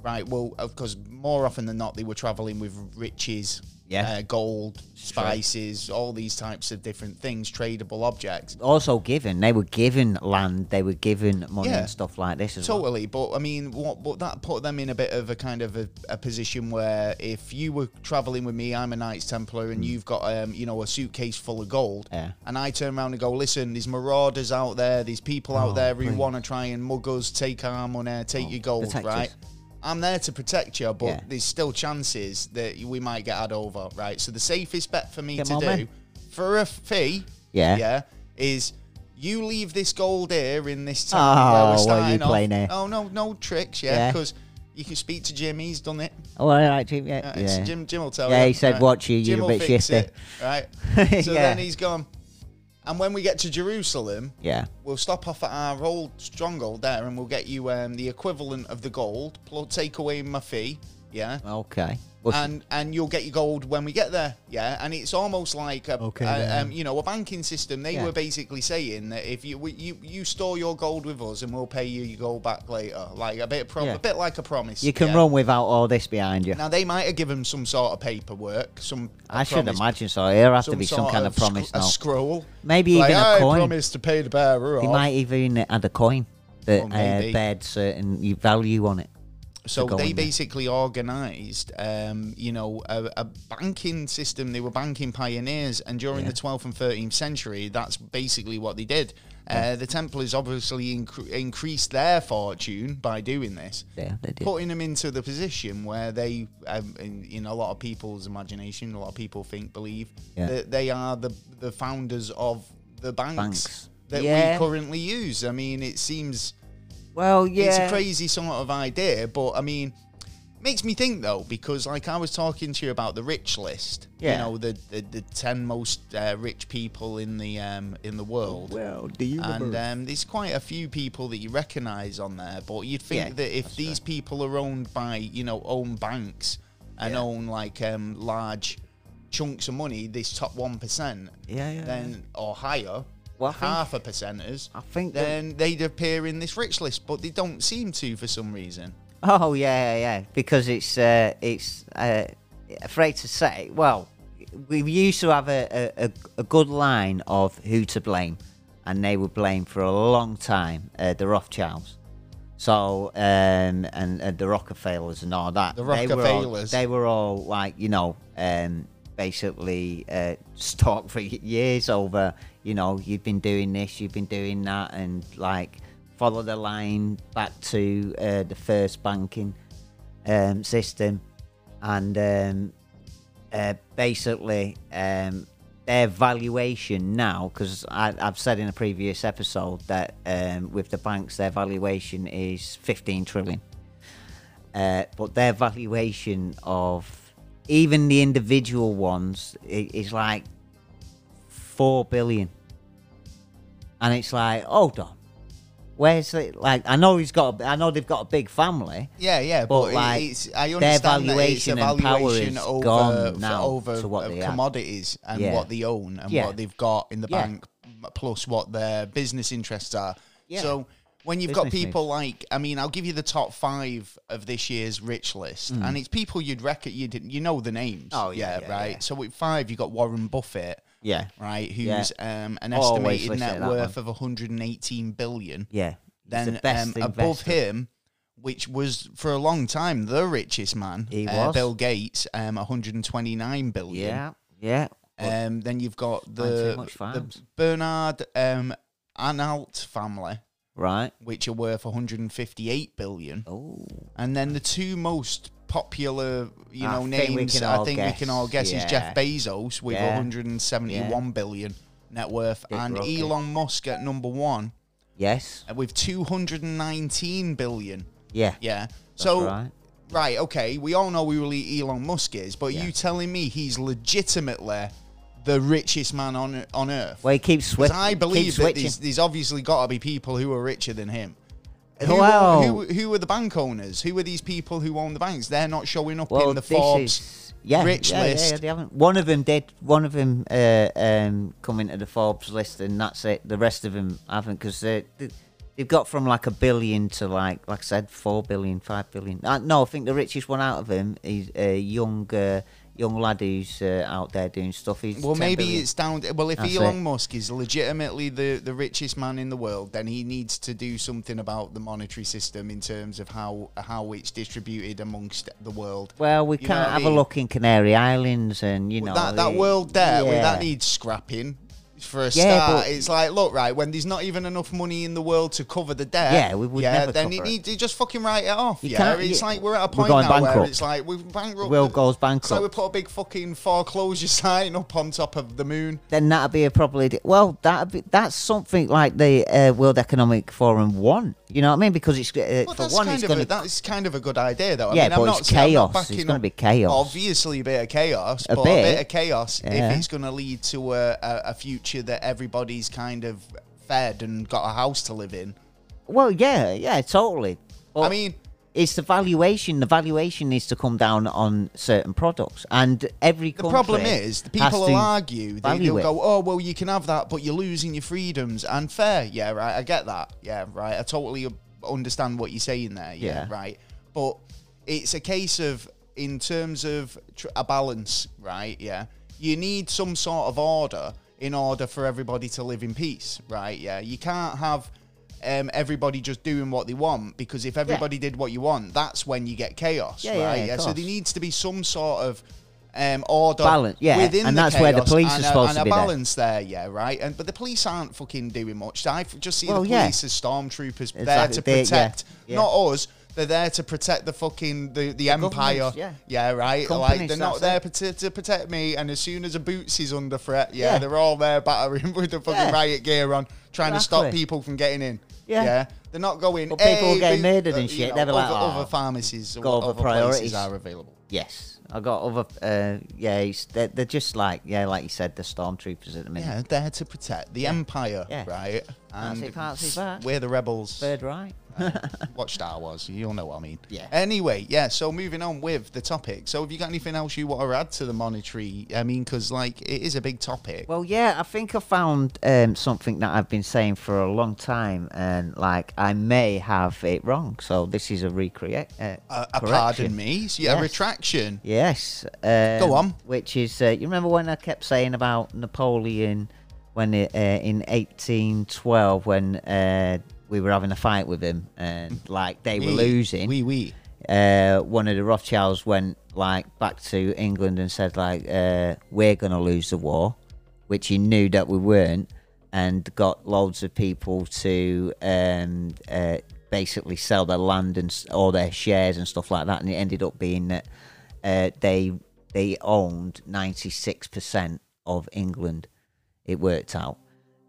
right, well, of course, more often than not, they were traveling with riches, Yeah. uh, gold, spices, all these types of different things, tradable objects. also given, they were given land, they were given money Yeah. and stuff like this as well. Totally, but I mean, what? But that put them in a bit of a kind of a, a position where if you were traveling with me, I'm a Knights Templar, and you've got um, you know, a suitcase full of gold, Hmm. Yeah. and I turn around and go, listen, there's marauders out there, there's people Oh, out there who want to try and mug us, take our money, take your gold, protect right? us. I'm there to protect you, but Oh, Yeah. there's still chances that we might get had over, right? So the safest bet for me Get to my do men. for a fee, Yeah. yeah, is. You leave this gold here in this Oh, where we're what are you starting off. playing here? Oh no, no tricks, yeah, Yeah. because you can speak to Jim. He's done it. Oh, all right, Jim, yeah. Uh, it's- yeah. Jim, Jim will tell Yeah, you. he said, "Watch you, you're Jim a will bit fix shifty." it, right? So Yeah. then he's gone. And when we get to Jerusalem, yeah. we'll stop off at our old stronghold there, and we'll get you um, the equivalent of the gold. Plus, take away my fee, yeah. Okay. Well, And and you'll get your gold when we get there, yeah. And it's almost like a, Okay, a- then. um, you know a banking system. They Yeah. were basically saying that if you we, you you store your gold with us and we'll pay you your gold back later, like a bit of prom- Yeah. a bit like a promise. you can yeah. run without all this behind you. Now they might have given some sort of paperwork, some a I should promise- imagine so. There'll have to some be some sort kind of sc- promise a now. scroll. Maybe like, even a I coin. promise to pay the bearer They off. might even add a coin that Well, uh, maybe. bared certain y- value on it. So go they in there. basically organised, um, you know, a, a banking system. They were banking pioneers, and during the 12th and 13th century, that's basically what they did. Uh, the Templars obviously incre- increased their fortune by doing this, Yeah, they did. putting them into the position where they, um, in, in a lot of people's imagination, a lot of people think, believe Yeah. that they are the the founders of the banks, Banks. that Yeah. we currently use. I mean, it seems Well, yeah. it's a crazy sort of idea, but I mean, makes me think though because like I was talking to you about the rich list, Yeah. you know, the the, the ten most uh, rich people in the um in the world. Well, do you and um, there's quite a few people that you recognise on there, but you'd think Yeah, that if that's these people are owned by, you know, own banks and Yeah. own like um, large chunks of money, this top one percent, Yeah, yeah, then or higher, Well, I think- half a percenters, I think that- uh, then they'd appear in this rich list, but they don't seem to for some reason. Oh yeah, yeah, yeah. because it's uh, it's uh, afraid to say. Well, we used to have a, a, a- a good line of who to blame, and they were blamed for a long time uh, the Rothschilds. So um, and uh, the Rockefellers and all that. The They were all- Rockefellers. They were all, like you know, um, basically uh, stalked for y- years over. You know, you've been doing this, you've been doing that, and like follow the line back to uh, the first banking um, system, and um, uh, basically um, their valuation now because I've said in a previous episode that um, with the banks their valuation is 15 trillion uh, but their valuation of even the individual ones i- is like 4 billion and it's like hold on where's the like I know he's got a, I know they've got a big family Yeah, yeah, But, but, it- like, it's, I their understand that it's a valuation and power valuation is over, gone for- now over to what uh, they had. commodities and Yeah. what they own and Yeah. what they've got in the Yeah. bank, m- plus what their business interests are. Yeah. So when you've got business people like, I mean, I'll give you the top five of this year's rich list, and it's people you'd reckon you didn't, you know the names. Mm. Oh, yeah, yeah, right. yeah. So with five, you got Warren Buffett, Yeah. right, who's Yeah. um, an Always estimated listen to net that worth of 118 billion. Yeah. He's Then the best um, above investor. him, which was for a long time the richest man, He uh, was. Bill Gates, um, 129 billion. Yeah. Yeah. Um, then you've got too the, much the farms. Bernard um, Anhalt family, Right. which are worth 158 billion, Oh. and then the two most popular, you I know, think we names can I all think we can all guess guess, is yeah. Jeff Bezos with Yeah. 171 billion net worth, Dick and Rocket. Elon Musk at number one Yes. uh, with 219 billion. Yeah. Yeah. so right. right, okay, we all know who really Elon Musk is, but Yeah. you telling me he's legitimately the richest man on on earth? Well, he keeps Because switching. I believe that switching. there's, there's obviously got to be people who are richer than him. Who, Well- are, who, who are the bank owners? Who are these people who own the banks? They're not showing up in the this Forbes. is- yeah, rich yeah, yeah, list. yeah, they haven't. One of them did. One of them uh, um, come into the Forbes list, and that's it. The rest of them haven't because they, they, they've got from like a billion to like, like I said, four billion, five billion. Uh, no, I think the richest one out of them is a young, uh, young lad who's uh, out there doing stuff. He's Well, 10 maybe billion. it's down. Well, if That's Elon it. Musk is legitimately the, the richest man in the world, then he needs to do something about the monetary system in terms of how how it's distributed amongst the world. Well, we you know can't what I have a mean? look in Canary Islands, and you know that that the- world there, well, that yeah. needs scrapping for a Yeah, start. but- It's like, look, right, when there's not even enough money in the world to cover the debt, Yeah, we would never then cover it it. needs to just fucking write it off. You yeah, can't- it's you- like we're at a we're point going now where bankrupt. it's like we're bankrupt. world goes So bankrupt. we put a big fucking foreclosure sign up on top of the moon. then that'd be a probably well that'd be that's something like the uh, World Economic Forum one. You know what I mean? Because it's uh, Well, for that's one kind it's of going a, to that's kind of a good idea though. I Yeah, mean, I'm but not, it's saying- I'm not chaos. It's backing gonna up- be chaos. Obviously, a bit of chaos, A but a bit. bit of chaos Yeah. if it's going to lead to a, a, a future that everybody's kind of fed and got a house to live in. well, yeah, yeah, totally. But I mean, it's the valuation. The valuation needs to come down on certain products, and every the country problem is the has people to will argue. They, value they'll it. go, "Oh, well, you can have that, but you're losing your freedoms." And fair, yeah, right. I get that. Yeah, right. I totally understand what you're saying there. Yeah, Yeah. right. But it's a case of, in terms of tr- a balance, right? Yeah, you need some sort of order in order for everybody to live in peace, right? Yeah, you can't have. Um, everybody just doing what they want because if everybody did what you want, that's when you get chaos, Yeah, right? yeah, of so there course. needs to be some sort of um, order Balance, yeah, within and the that's where the chaos police and are a- supposed and to a be there. balance there. yeah, right. And but the police aren't fucking doing much. I f- just see Well, the yeah. police as stormtroopers there Exactly, to they- yeah, protect, yeah. not us. They're there to protect the fucking the, the, empire. governments, yeah. right. like Companies, they're not there that's to, to protect me. And as soon as a boots is under threat, yeah, Yeah. they're all there battering with the fucking Yeah. riot gear on, trying to stop Exactly. people from getting in. Yeah. they're not going. But people "Hey, are getting we-" murdered uh, and you shit, know, they're like, other, "Oh, other pharmacies, or got other other places priorities." are available. Yes, I got other. Uh, yeah, it's, they're, they're just like yeah, like you said, the stormtroopers at the minute. Yeah, there to protect the empire, Yeah. right? Can't see- can't see that. we're the rebels. Third right. Watch Star Wars, you'll know what I mean. Yeah. Anyway, yeah. So moving on with the topic. So have you got anything else you want to add to the monetary? I mean, because like it is a big topic. Well, yeah, I think I found um, something that I've been saying for a long time, and like I may have it wrong, so this is a recreate. Uh, Uh, a correction. pardon me. So, yeah, a Yes. retraction. Yes. Um, Go on. Which is, uh, you remember when I kept saying about Napoleon when it, uh, in 1812 when uh, we were having a fight with him, and like they were losing We we. uh, one of the Rothschilds went like back to England and said like uh, we're gonna lose the war, which he knew that we weren't, and got loads of people to um, uh, basically sell their land and s- all their shares and stuff like that, and it ended up being that uh, they they owned ninety six percent of England. It worked out.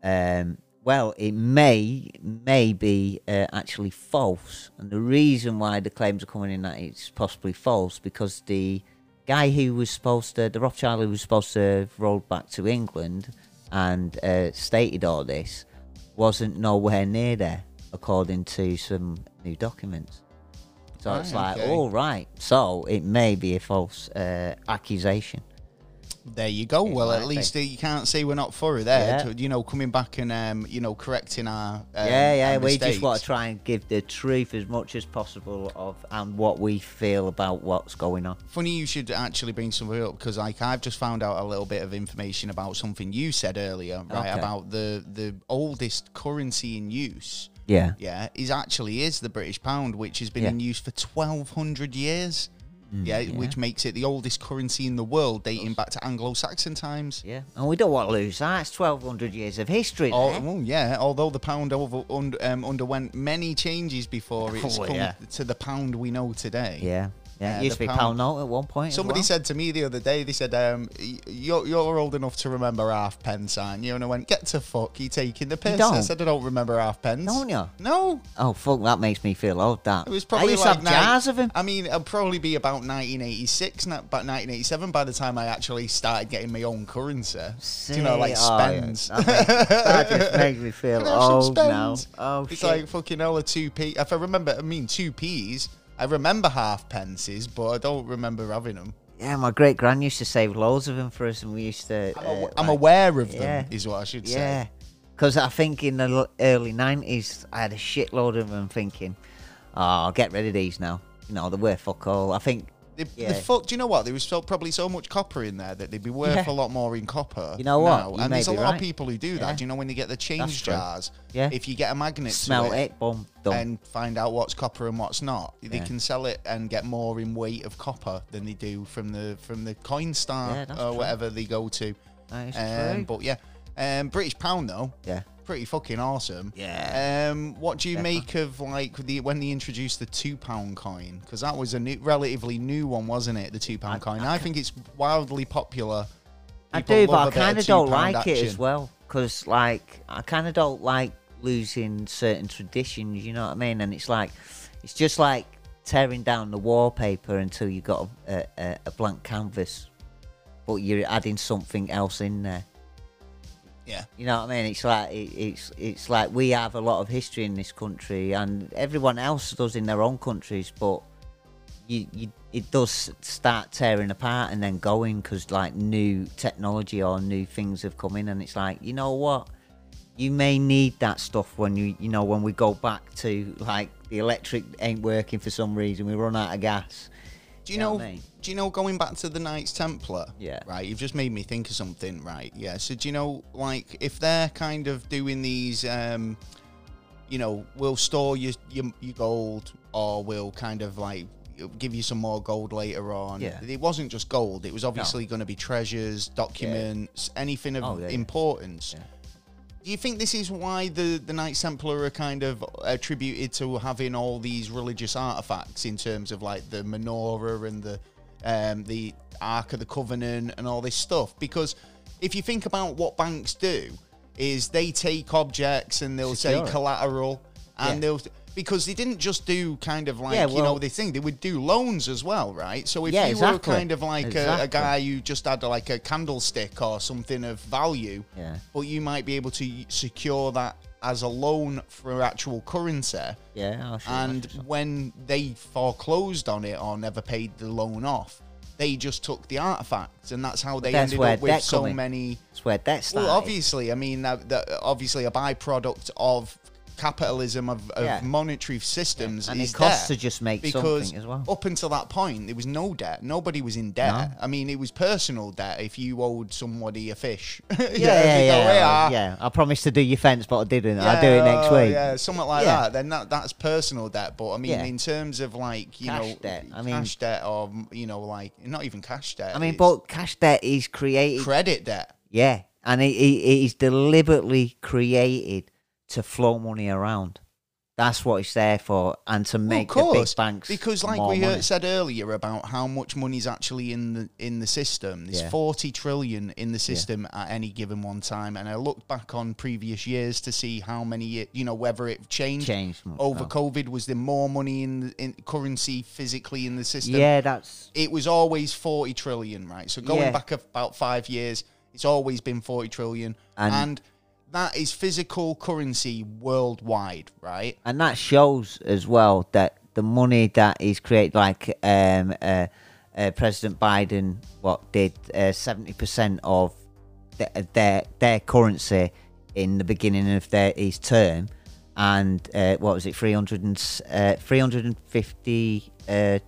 Um, well, it may may be uh, actually false, and the reason why the claims are coming in that it's possibly false because the guy who was supposed to, the Rothschild who was supposed to have rolled back to England and uh, stated all this, wasn't nowhere near there, according to some new documents. So it's Right, like, okay. all right, so it may be a false uh, accusation. There you go. It's well, at likely. least you can't say we're not thorough there. Yeah. to, you know, coming back and um, you know correcting our um, yeah, yeah. our We just want mistakes. to try and give the truth as much as possible of and what we feel about what's going on. Funny you should actually bring something up because like I've just found out a little bit of information about something you said earlier, right? Okay. About the the oldest currency in use. Yeah. yeah, is actually is the British pound, which has been Yeah. in Mm, use for 1,200 years. yeah, which makes it the oldest currency in the world, dating back to Anglo-Saxon times. Yeah. And we don't want to lose that. It's 1,200 years of history. Al- there. well, yeah, although the pound over, und, um, underwent many changes before it's Oh, come yeah. to the pound we know today. Yeah. Yeah. Yeah, it used to the be pound. pound note at one point. as Somebody well. said to me the other day, they said, um, y- you're, you're old enough to remember half pence, aren't you? And I went, get to fuck, you taking the piss. I don't? said, I don't remember half pence. Don't ya? No. "Oh fuck, that makes me feel old." That It was probably I used like to have nine- jars of him. I mean, it'll probably be about 1986, not about 1987 by the time I actually started getting my own currency. Do you know, like See, oh, yeah, spends. that, makes, that just makes me feel Can I have some old now. spends? Oh it's shit. like fucking all a two p. If I remember, I mean two p's. I remember half pences, but I don't remember having them. yeah, my great gran used to save loads of them for us, and we used to. I'm, aw- uh, I'm like- aware of them, yeah. is what I should Yeah, say. because I think in the l- early nineties, I had a shitload of them, thinking, "Oh, I'll get rid of these now." You know, they're worth fuck all. I think They, Yeah. they fuck, do you know what? There was so, probably so much copper in there that they'd be worth Yeah. a lot more in copper. You know what? now. You And may there's a be lot of right. people who do that. Yeah. Do you know when they get the change true. jars? Yeah. If you get a magnet, to smell it, boom, done. and find out what's copper and what's not. They Yeah. can sell it and get more in weight of copper than they do from the from the coin star Yeah, that's or true. whatever they go to. That is um, true. But yeah, um, British pound though, yeah, pretty fucking awesome. Yeah. Um, what do you Definitely. make of like the when they introduced the two pound coin? Because that was a new, relatively new one, wasn't it? The two pound coin. I, think it's wildly popular. I People do, love but a I bit of kind of don't £2 like it as action. well because, like, I kind of don't like losing certain traditions. You know what I mean? And it's like, it's just like tearing down the wallpaper until you got a, a, a blank canvas, but you're adding something else in there. Yeah. You know what I mean? It's like it, it's it's like we have a lot of history in this country, and everyone else does in their own countries. But you, you it does start tearing apart and then going because like new technology or new things have come in, and it's like you know what? You may need that stuff when you you know when we go back to like the electric ain't working for some reason, we run out of gas. Do you Yeah, know? mate. Do you know? Going back to the Knights Templar. Yeah. Right. You've just made me think of something. Right. Yeah. So do you know, like, if they're kind of doing these, um, you know, we'll store your your, your gold, or we'll kind of like give you some more gold later on. Yeah. It wasn't just gold. It was obviously going to be treasures, documents, anything of Oh, yeah, yeah. importance. Yeah. Do you think this is why the, the Knights Templar are kind of attributed to having all these religious artifacts in terms of like the menorah and the um, the Ark of the Covenant and all this stuff? Because if you think about what banks do, is they take objects and they'll Secure say it. collateral and Yeah. they'll because they didn't just do kind of like Yeah, you know well- this thing they would do loans as well, right? So if Yeah, you exactly. were kind of like a, a Exactly. guy who just had like a candlestick or something of value Yeah. but you might be able to secure that as a loan for actual currency. Yeah, I'll show you And that. when they foreclosed on it or never paid the loan off, they just took the artifacts, and that's how they that's ended where up with debt so come in. many. that's where that started. Well, obviously, I mean, that, that obviously a byproduct of capitalism of, of Yeah. monetary systems And it is costs debt to just make because something as well. up until that point there was no debt nobody was in debt i mean it was personal debt if you owed somebody a fish yeah yeah, yeah, you go, yeah, "Here, yeah, I promised to do your fence, but I didn't. I'll do yeah, it next oh, week. Yeah, something like Yeah. that. Then that that's personal debt. But I mean, Yeah. in terms of like you Cash know debt, I mean- cash debt or you know like not even cash debt. I mean, it's but cash debt is created. credit debt. yeah, and it, it, it is deliberately created to flow money around. That's what it's there for, and to Well, make of course, the big banks because like more we money. heard, said earlier about how much money's actually in the in the system. There's Yeah. 40 trillion in the system at any given one time, and I looked back on previous years to see how many it- you know whether it changed. Changed Oh. much, over no. COVID, was there more money in the, in currency physically in the system? yeah, that's it was always 40 trillion, right? So going Yeah. back of about five years, it's always been 40 trillion. And, And- that is physical currency worldwide, right? and that shows as well that the money that is created, like um, uh, uh, uh, President Biden what did uh, seventy percent of th- their their currency in the beginning of their his term, and uh, what was it 300 and, uh, 350 uh,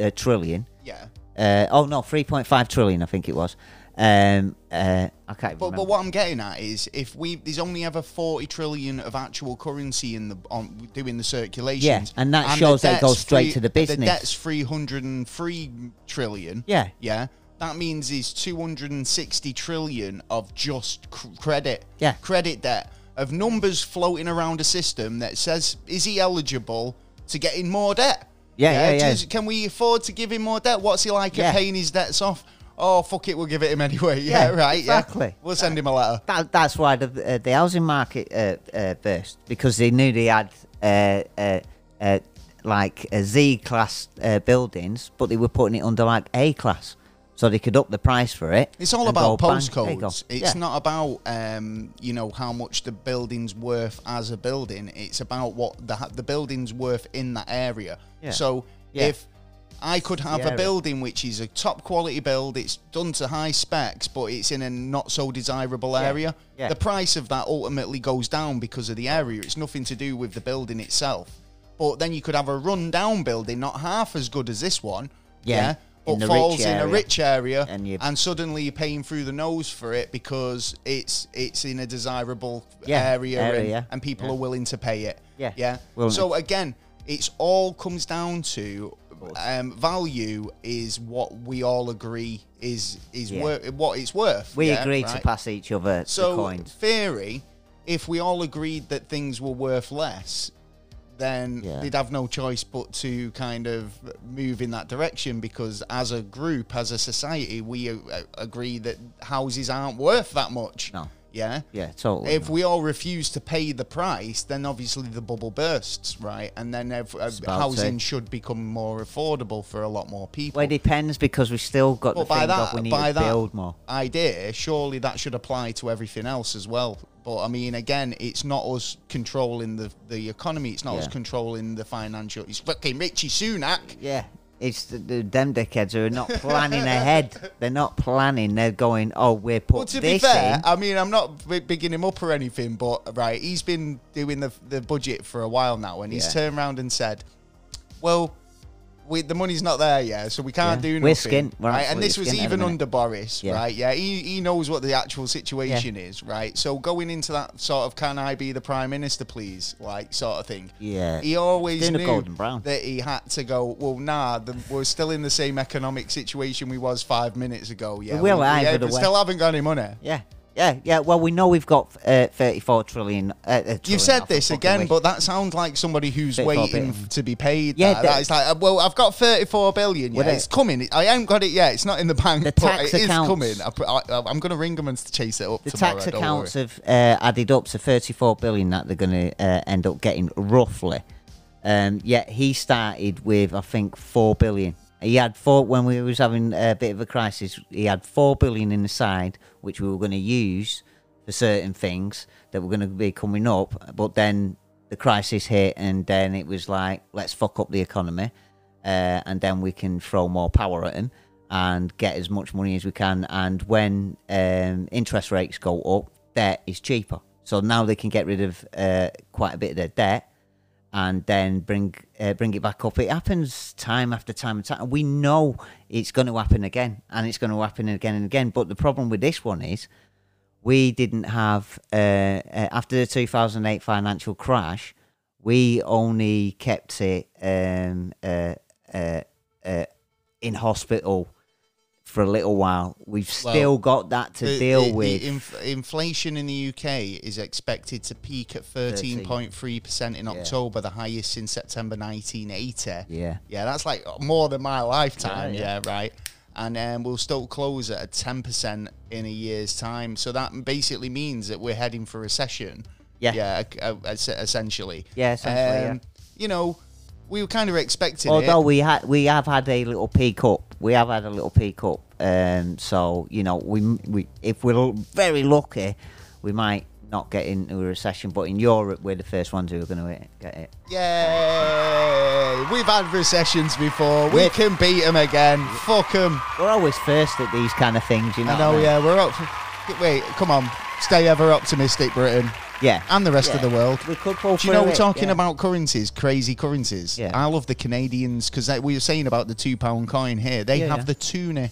uh, trillion? Yeah. Uh, oh no, three point five trillion I think it was. Um, uh, I can't. even But, remember. but what I'm getting at is if we there's only ever 40 trillion of actual currency in the on doing the circulation. Yeah, and that shows that it goes straight to the The business. debt's 303 trillion. Yeah. Yeah. That means is 260 trillion of just cr- credit. Yeah. Credit debt of numbers floating around a system that says is he eligible to get in more debt? Yeah, yeah, yeah. does- can we afford to give him more debt? What's he like Yeah. at paying his debts off? Oh fuck it, we'll give it him anyway. Yeah, Yeah, right. yeah. exactly. We'll send him a letter. That, that's why the uh, the housing market uh, uh, burst because they knew they had uh, uh, uh, like uh, Z class uh, buildings, but they were putting it under like A class, so they could up the price for it. It's all and about go, bang, there you go. postcodes. It's Yeah. not about um, you know how much the building's worth as a building. It's about what the the building's worth in that area. Yeah. So Yeah. if I could have a area. building which is a top quality build, it's done to high specs, but it's in a not so desirable area. Yeah. The price of that ultimately goes down because of the area. It's nothing to do with the building itself. But then you could have a rundown building, not half as good as this one. Yeah. But In the rich falls in a area. rich area, And you- and suddenly you're paying through the nose for it because it's it's in a desirable Yeah, area, area, and, yeah. and people Yeah. are willing to pay it. Yeah, yeah. willing so again, it's all comes down to um, value is what we all agree is is Yeah. wor- what it's worth. We yeah, agreed to right? pass each other So the coins. theory, if we all agreed that things were worth less, then Yeah. they'd have no choice but to kind of move in that direction because as a group, as a society, we uh, agree that houses aren't worth that much. No. Yeah. Yeah, totally. If we all refuse to pay the price, then obviously the bubble bursts, right? And then ev- uh, about housing it. should become more affordable for a lot more people. well, it depends because we've still got the But thing by of that, we need by to that build more. idea, surely that should apply to everything else as well. But I mean, again, it's not us controlling the, the economy. It's not us Yeah. controlling the financial. It's fucking Richie Sunak. Yeah. It's the, the, them dickheads who are not planning ahead. They're not planning. They're going, oh, we're putting Well, to be this fair, in. I mean, I'm not b- bigging him up or anything, but right, he's been doing the the budget for a while now, and he's Yeah. turned around and said, "Well, we, the money's not there yet, so we can't Yeah. do nothing." We're skint. We're right, and absolutely this was skint at the even minute. under Boris, Yeah. right? Yeah, he he knows what the actual situation is, right? So going into that sort of "Can I be the prime minister, please?" like sort of thing. Yeah. he always Doing a knew Gordon Brown. that he had to go. Well, nah, the, we're still in the same economic situation we was five minutes ago. Yeah, will yeah, either but way. still haven't got any money. Yeah, yeah, yeah. Well, we know we've got uh, 34 trillion. Uh, uh, trillion You've said off the this fucking again, wish. but that sounds like somebody who's Bit of a waiting bit. f- to be paid. Yeah, that, the- that is like, uh, well, I've got thirty-four billion. Yeah, Well, the- it's coming. I haven't got it yet. It's not in the bank, The but tax it is accounts- coming. I, pr- I, I'm going to ring them and s- chase it up. the tomorrow, tax don't accounts worry. have uh, added up to 34 billion that they're going to uh, end up getting roughly. Um, yet he started with I think 4 billion. He had four when we was having a bit of a crisis. He had 4 billion in the side, which we were going to use for certain things that were going to be coming up. But then the crisis hit, and then it was like, let's fuck up the economy, uh, and then we can throw more power at him and get as much money as we can. And when um, interest rates go up, debt is cheaper. So now they can get rid of uh, quite a bit of their debt and then bring uh, bring it back up. It happens time after time and time. We know it's going to happen again, and it's going to happen again and again. But the problem with this one is we didn't have uh, uh, after the 2008 financial crash. We only kept it um, uh, uh, uh, in hospital for a little while. We've Well, still got that to The- deal the- the with. inf- inflation in the UK is expected to peak at 13.3% in October, the highest since September 1980. yeah. Yeah, that's like more than my lifetime. Yeah, Yeah, right. And um, we'll still close at ten percent in a year's time. So that basically means that we're heading for recession. Yeah. yeah, e- e- es- essentially. Um, Yeah, essentially, You know, we were kind of expecting Although it. we had we have had a little peak up, we have had a little peak up. Um, so you know, we we if we're very lucky, we might not get into a recession. But in Europe, we're the first ones who are going to get it. Yay! We've had recessions before. We can beat them again. Fuck them. We're always first at these kind of things, you know. I know, what mean? yeah, we're up. Wait, come on. Stay ever optimistic, Britain, yeah, and the rest Yeah. of the world. We could pull Do you know through we're it, talking yeah. about currencies, crazy currencies? Yeah. I love the Canadians because we were saying about the two pound coin here. They Yeah, have yeah. the tuna,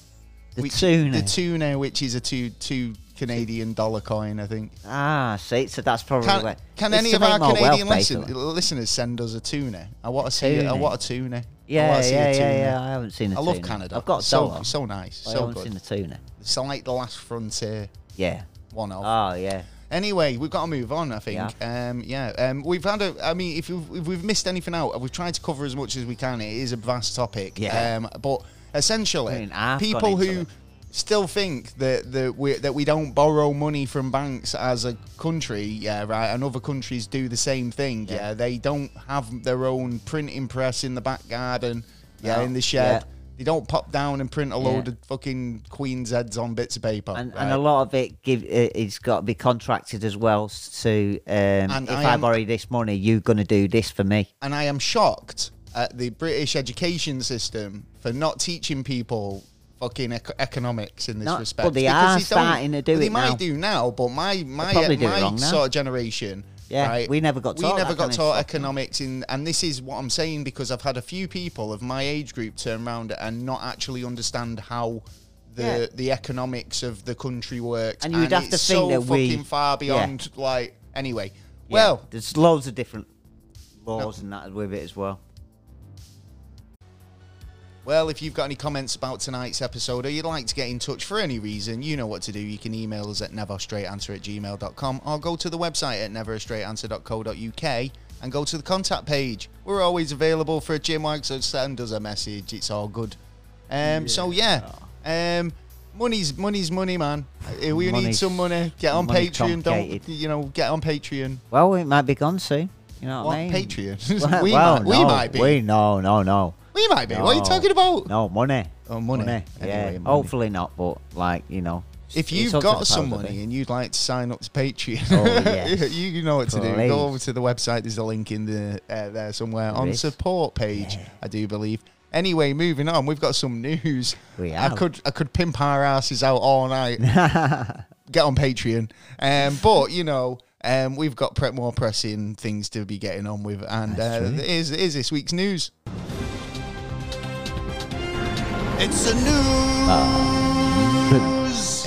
The which, tuna. the tuna, which is a two two Canadian dollar coin, I think. Ah, see, so that's probably Can, where- can it's any to of make our more wealth, Canadian listen, basically. listeners send us a tuna? I want to see. I tuna. want a tuna. Oh, I Yeah, want to see yeah, a tuna. yeah, yeah. I haven't seen a I tuna. love Canada. I've got a so dollar. so nice, but I so haven't good. seen a tuna. It's like the last frontier Yeah. one of. Oh, yeah. Anyway, we've got to move on. I think. Yeah. Um, yeah. Um, we've had a. I mean, if we've, if we've missed anything out, we've tried to cover as much as we can. It is a vast topic. Yeah. Um, but essentially, I mean, I've gone people into who it. still think that that we that we don't borrow money from banks as a country, yeah, right, and other countries do the same thing. Yeah. They don't have their own printing press in the back garden. Yeah. No. In the shed. Yeah. They don't pop down and print a Yeah. load of fucking Queen's heads on bits of paper. And, right? and a lot of it give it, it's got to be contracted as well. s- To um, if I I, am- borrow this money, you're gonna do this for me. and I am shocked at the British education system for not teaching people fucking ec- economics in this No, respect. but they Because are don't- starting to do they it might now. do now, but my my probably do it my wrong now. sort of generation. Yeah, right, we never got we taught never that got kind of taught stuff, no. economics in, and this is what I'm saying because I've had a few people of my age group turn around and not actually understand how. The, Yeah. the economics of the country worked, And you'd have to it's think so that we- fucking far Yeah. beyond like anyway. Yeah, Well, there's loads of different laws and that with it as well. Well, if you've got any comments about tonight's episode or you'd like to get in touch for any reason, you know what to do. You can email us at neverstraightanswer at gmail.com or go to the website at neverstraightanswer.co.uk and go to the contact page. We're always available for a gym wag, so send us a message. It's all good. Um, So, yeah. Um, money's money's money, man. Uh, We need Money's- some money. Get on money's Patreon. Don't, complicated. you know, get on Patreon. Well, it might be gone soon. You know what, What, I mean? Patreon? Well, we, well, might, we no, might be. We We, no, no, no. might be. What are you No. talking about? No money. Oh, money. Anyway, yeah. money. Hopefully not, but like you know. If it's you've up to the got powers some that be. money and you'd like to sign up to Patreon, Oh, yes. you you know what to do. Please. Go over to the website. There's a link in the uh, there somewhere on is. support page, I do believe. Anyway, moving on. We've got some news. We I have. could I could pimp our asses out all night. Get on Patreon. Um, but you know. Um, we've got pre- more pressing things to be getting on with, and That's uh, true. is is this week's news? It's the news. Ah.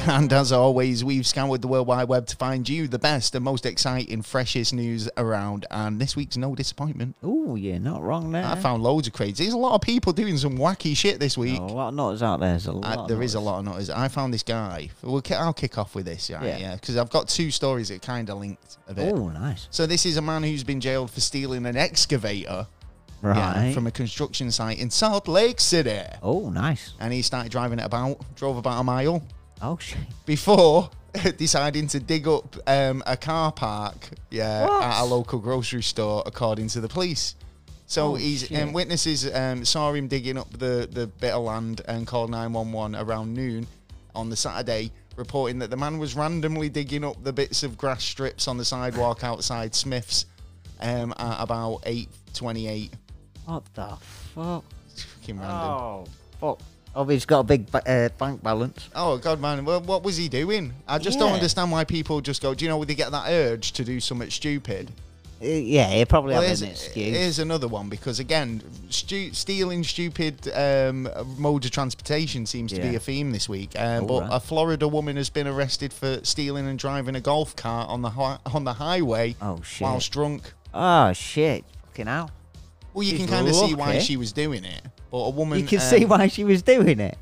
And as always, we've scoured the World Wide Web to find you the best and most exciting, freshest news around. And this week's no disappointment. Oh, you're not wrong there. I found loads of crazy. There's a lot of people doing some wacky shit this week. a lot of nuts out there. There's a lot. I, of there is a nutters. lot of notice. I found this guy. We'll, ki- I'll kick off with this, right? Yeah. yeah, because I've got two stories that kind of linked a bit. Oh, nice. So this is a man who's been jailed for stealing an excavator yeah, Right. from a construction site in Salt Lake City, oh, nice. and he started driving it about, drove about a mile, Oh shit. before deciding to dig up um, a car park yeah, What? at a local grocery store, according to the police. So Oh, he's shit. um, witnesses um, saw him digging up the, the bit of land and called 911 around noon on the Saturday, reporting that the man was randomly digging up the bits of grass strips on the sidewalk outside Smith's um, at about 8:28. What the fuck? Fucking random. Oh. Oh, fuck. Oh, he's got a big ba- uh, bank balance. Oh, God, man! Well, what was he doing? I just don't Yeah. understand why people just go. Do you know they get that urge to do something stupid? Uh, yeah, he probably Well, has an here's- excuse. Here's another one because again, stu- stealing stupid um, modes of transportation seems to be Yeah. a theme this week. Um, All but right. a Florida woman has been arrested for stealing and driving a golf cart on the hi- on the highway Oh, shit. whilst drunk. Oh shit. Fucking hell. Well, you She's can kind of see why lucky. she was doing it. But a woman, eh? You can um, see why she was doing it.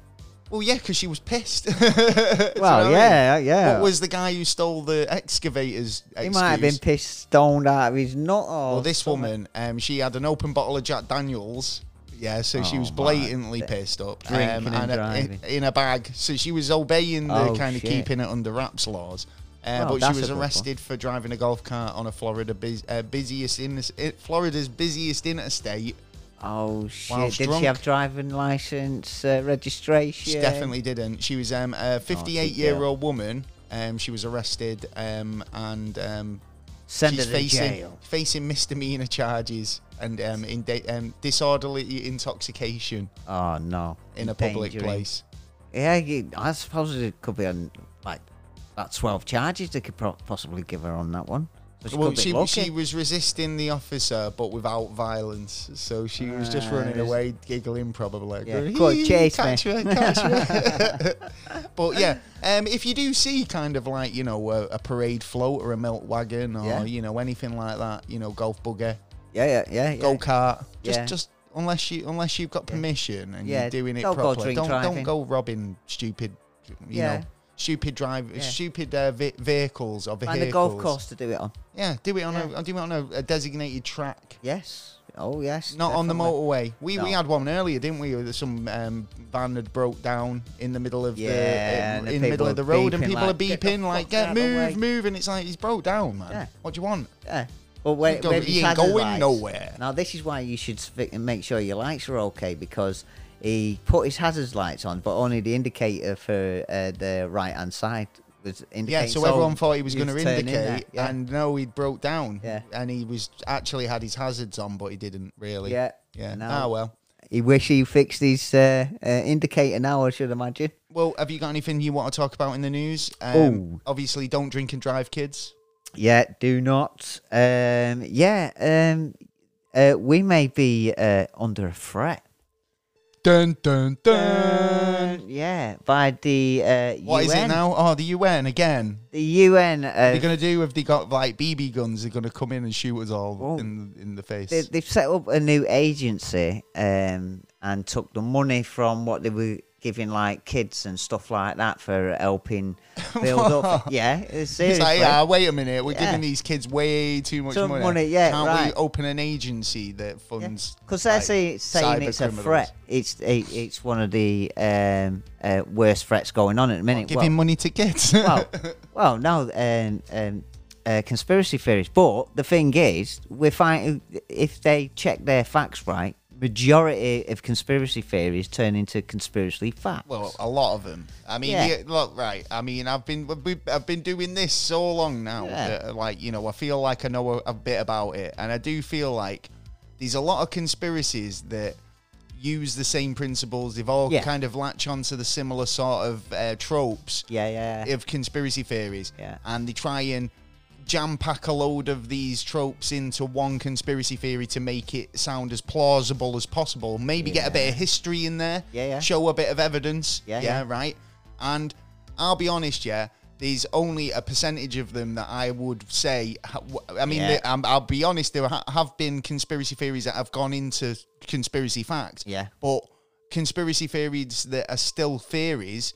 Well, yeah, because she was pissed. Do you know what I Well, mean? yeah, yeah. What was the guy who stole the excavators? he might have been excuse? pissed stoned out of his nut. Or Well, this something. woman, um, she had an open bottle of Jack Daniels. Yeah, so she Oh, was my blatantly bit. pissed up, um, Drinking and a- in, driving. in a bag. So she was obeying the Oh, kind of shit. keeping it under wraps laws. Uh, Well, but that's she was a good one. arrested for driving a golf cart on a Florida bus- uh, busiest in, Florida's busiest interstate. Oh shit! whilst Did drunk. she have driving license uh, registration? Oh, She definitely didn't. She was um, a 58 girl. year old woman Um, she was arrested um, and um, Send she's her to facing jail. facing misdemeanor charges and um, in um, disorderly intoxication Oh no! in a public Endangering. place. Yeah, you, I suppose it could be on like about twelve charges they could pro- possibly give her on that one. So she well, could be she, lucky. she was resisting the officer, but without violence. So she was just Ah, running is- away, giggling, probably. Like, Yeah, "Hee, go on, chase catch me." her, catch her. but yeah, um, if you do see kind of like you know a, a parade float or a milk wagon or Yeah. you know anything like that, you know golf bugger, yeah, yeah, yeah, yeah. go kart, just Yeah. just unless you unless you've got permission and Yeah, you're doing it don't go properly, drink don't don't driving. go robbing stupid, you Yeah. know. Stupid drive, Yeah. stupid uh, ve- vehicles or vehicles. Find a golf course to do it on. Yeah, do it on Yeah. a do it on a, a designated track, Yes. Oh yes. not on the definitely. motorway. We we No. had one earlier, didn't we? With Some um, van had broke down in the middle of Yeah, and the the in the middle people of the are road, and beeping people like, are "Get the beeping like, fuck "Get out the move, way." move!" And it's like he's broke down, man. Yeah. What do you want? Yeah. But where, You go- where do you you ain't have the going lights? nowhere. Now this is why you should sp- make sure your lights are okay because he put his hazard lights on, but only the indicator for uh, the right hand side was indicating. Yeah, so, everyone thought he was you'd going to turn in indicate, there, yeah. and no, he broke down. Yeah. and he was actually had his hazards on, but he didn't really. Yeah, yeah. no. Ah well. he wish he fixed his uh, uh, indicator now. I should imagine. Well, have you got anything you want to talk about in the news? Um, Ooh. obviously, don't drink and drive, kids. Yeah, do not. Um, yeah, um, uh, we may be uh, under a threat. Dun dun yeah, by the uh, What is UN. it now? Oh, the UN again. The UN. They're Uh, gonna do if they got like BB guns. They're gonna come in and shoot us all Whoa. in in the face. they, they've set up a new agency um, and took the money from what they were giving like kids and stuff like that for helping build up. Yeah, it's it's seriously. like, ah, wait a minute. We're Yeah. giving these kids way too much Too money. money, yeah, Can't we right. open an agency that funds? Because they're like, say, saying cyber it's a criminals? threat. It's it, it's one of the um, uh, worst threats going on at the minute. Giving Well- money to kids. well, well, no, um, um, uh, conspiracy theories. But the thing is, we're finding if they check their facts right, majority of conspiracy theories turn into conspiracy facts. Well, a lot of them. I mean, Yeah. the- look, right. I mean, I've been we- I've been doing this so long now. Yeah. That, uh, like, you know, I feel like I know a, a bit about it, and I do feel like there's a lot of conspiracies that use the same principles. They've all Yeah. kind of latch onto the similar sort of uh, tropes yeah, yeah, of conspiracy theories, Yeah. and they try and jam pack a load of these tropes into one conspiracy theory to make it sound as plausible as possible. Maybe get a bit of history in there, Yeah, yeah. show a bit of evidence, Yeah, yeah. right. And I'll be honest, yeah. There's only a percentage of them that I would say. ha- w- I mean, Yeah. the- um, I'll be honest. There ha- have been conspiracy theories that have gone into conspiracy facts. Yeah. But conspiracy theories that are still theories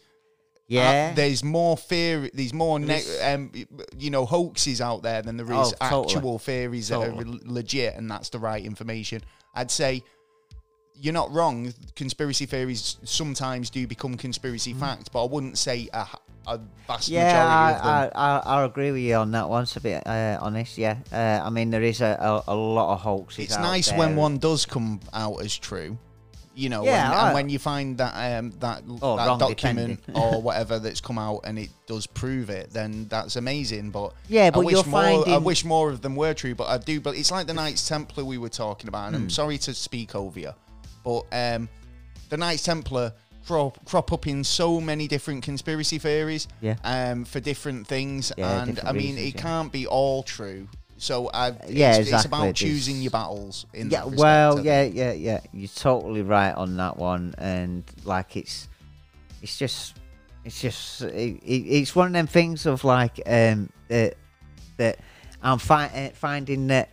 yeah. uh, there's more fear. There's more, ne- There's- um, you know, hoaxes out there than there Oh, is actual totally. theories that are Totally. re- legit, and that's the right information. I'd say you're not wrong. Conspiracy theories sometimes do become conspiracy facts, but I wouldn't say a, h- a vast Mm. yeah, majority of them. I, I, I, I agree with you on that one. To be uh, honest, yeah, uh, I mean there is a, a, a lot of hoaxes. it's out nice there. when one does come out as true. You know, Yeah, and, and I- when you find that um, that, Oh, that wrong document depending. or whatever that's come out and it does prove it, then that's amazing. But Yeah, but I wish you're more, I finding- wish more of them were true. But I do. But it's like the Knights Templar we were talking about, Hmm. and I'm sorry to speak over you, but um, the Knights Templar crop, crop up in so many different conspiracy theories Yeah. um, for different things, Yeah, and different I mean reasons, it yeah. can't be all true. So I, it's, yeah, it's exactly, about it is. choosing your battles in yeah that respect, I well think. yeah yeah yeah you're totally right on that one and like it's it's just it's just it, it, it's one of them things of like um that that i'm fi- uh, finding that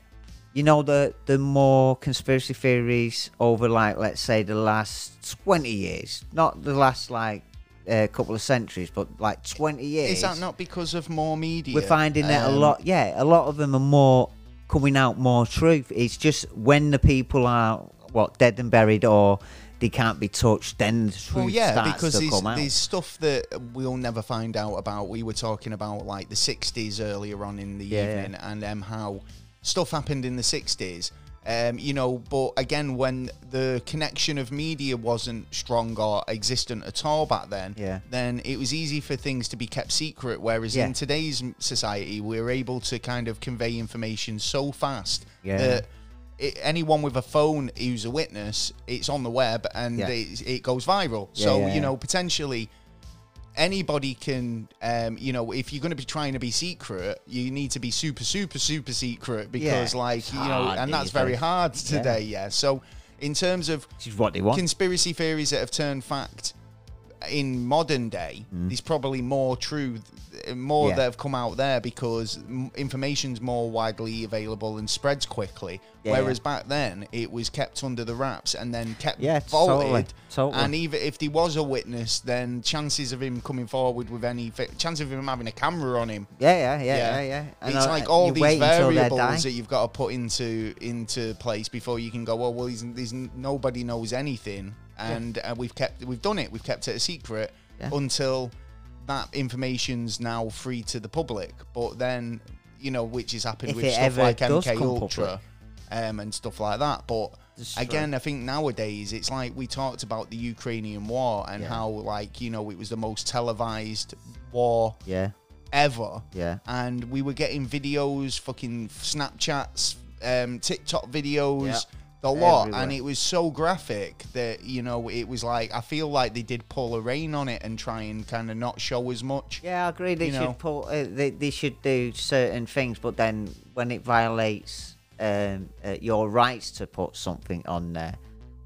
you know the the more conspiracy theories over like let's say the last 20 years not the last like a couple of centuries but like 20 years Is that not because of more media? we're finding that a Um, lot yeah a lot of them are more coming out more truth it's just when the people are what dead and buried or they can't be touched then the truth Well, yeah, starts because to there's, come out there's stuff that we'll never find out about. We were talking about like the 60s earlier on in the Yeah, yeah. evening and um, how stuff happened in the 60s Um, you know, but again, when the connection of media wasn't strong or existent at all back then, Yeah. then it was easy for things to be kept secret. Whereas Yeah. in today's m- society, we're able to kind of convey information so fast Yeah. that it, anyone with a phone who's a witness, it's on the web and Yeah. it, it goes viral. Yeah, so yeah, you yeah. know, potentially anybody can um you know if you're going to be trying to be secret you need to be super super super secret because Yeah, like it's you know hard and that's these very days. hard today yeah, so in terms of Which is what they want. conspiracy theories that have turned fact in modern day there's probably more truth more Mm. Yeah. that have come out there because m- information's more widely available and spreads quickly Yeah, whereas back then it was kept under the wraps and then kept Yeah, vaulted totally, totally. and even if there was a witness then chances of him coming forward with any fi- chance of him having a camera on him yeah, yeah, yeah, yeah, yeah. And it's I- uh, like all you these wait until they're dying. variables that you've got to put into into place before you can go. Oh well, he's, there's nobody knows anything, and uh, we've kept we've done it. We've kept it a secret Yeah. until that information's now free to the public. But then you know, which has happened If with it stuff ever like does MK come Ultra public. um, and stuff like that. But That's true. again, I think nowadays it's like we talked about the Ukrainian war and Yeah. how like you know it was the most televised war Yeah, ever yeah. and we were getting videos, fucking Snapchats, um, TikTok videos, Yeah. the lot, Everywhere. and it was so graphic that you know it was like I feel like they did pull a rein on it and try and kind of not show as much. Yeah, I agree. They You should know. pull. Uh, they, they should do certain things, but then when it violates um, uh, your rights to put something on there,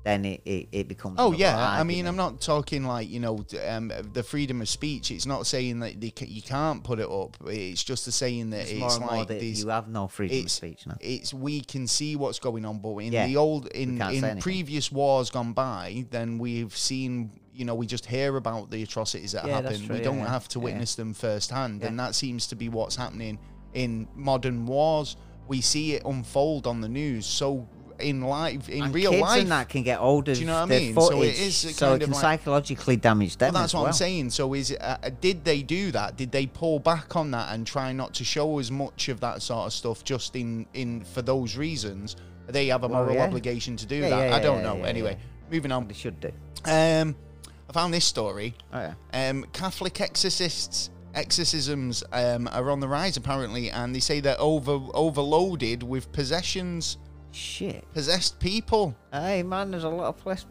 then it, it, it becomes. Oh another yeah, I mean I'm argument. not talking like you know d- um, the freedom of speech. It's not saying that they ca- you can't put it up. It's just a saying that it's, It's more and more like that this. you have no freedom of it's- speech now. it's we can see what's going on, but in Yeah. the old in can't say in anything. previous wars gone by, then we've seen you know we just hear about the atrocities that Yeah, that's happen. true, we yeah, don't yeah, have to yeah. witness them firsthand, and Yeah. that seems to be what's happening in modern wars. We see it unfold on the news, so in life, in And real kids life, and that can get older. Do you know what I mean? So it Footage, so it is a kind of can like- psychologically damage them. Well, that's as what well. I'm saying. So, is uh, uh, did they do that? Did they pull back on that and try not to show as much of that sort of stuff just in in for those reasons? They have a Well, moral yeah. obligation to do Yeah, that. yeah, I yeah, don't yeah, know. yeah, anyway, moving on. They should do. Um, I found this story. Oh, yeah. Um, Catholic exorcists exorcisms um, are on the rise apparently, and they say they're over overloaded with possessions, Shit. possessed people. Hey man, there's a lot of place.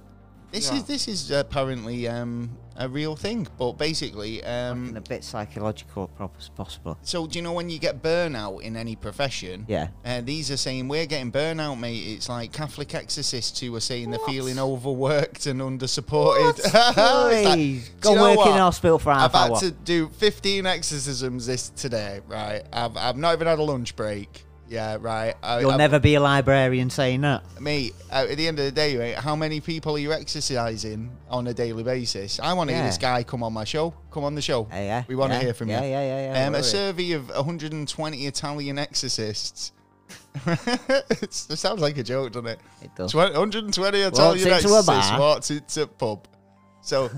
This Yeah. is this is apparently um, a real thing, but basically, um, and a bit psychological, proper as possible. So do you know when you get burnout in any profession? Yeah. Uh, these are saying we're getting burnout, mate. It's like Catholic exorcists who are saying they're feeling overworked and undersupported. It's like, Please, "Do go you know work in what? a hospital for half I've had hour. to do 15 exorcisms this today, right? I've, I've not even had a lunch break. Yeah, right. I, You'll I've- never be a librarian saying that. mate. uh, At the end of the day, mate, how many people are you exercising on a daily basis? I want to hear Yeah. this guy come on my show. Come on the show. Yeah, yeah, we want to yeah, hear from yeah, you. yeah, yeah, yeah, Um, a we're in. survey of 120 Italian exorcists. It's- it sounds like a joke, doesn't it? It does. 20 120 Italian into a exorcists bar. walked into a pub. So,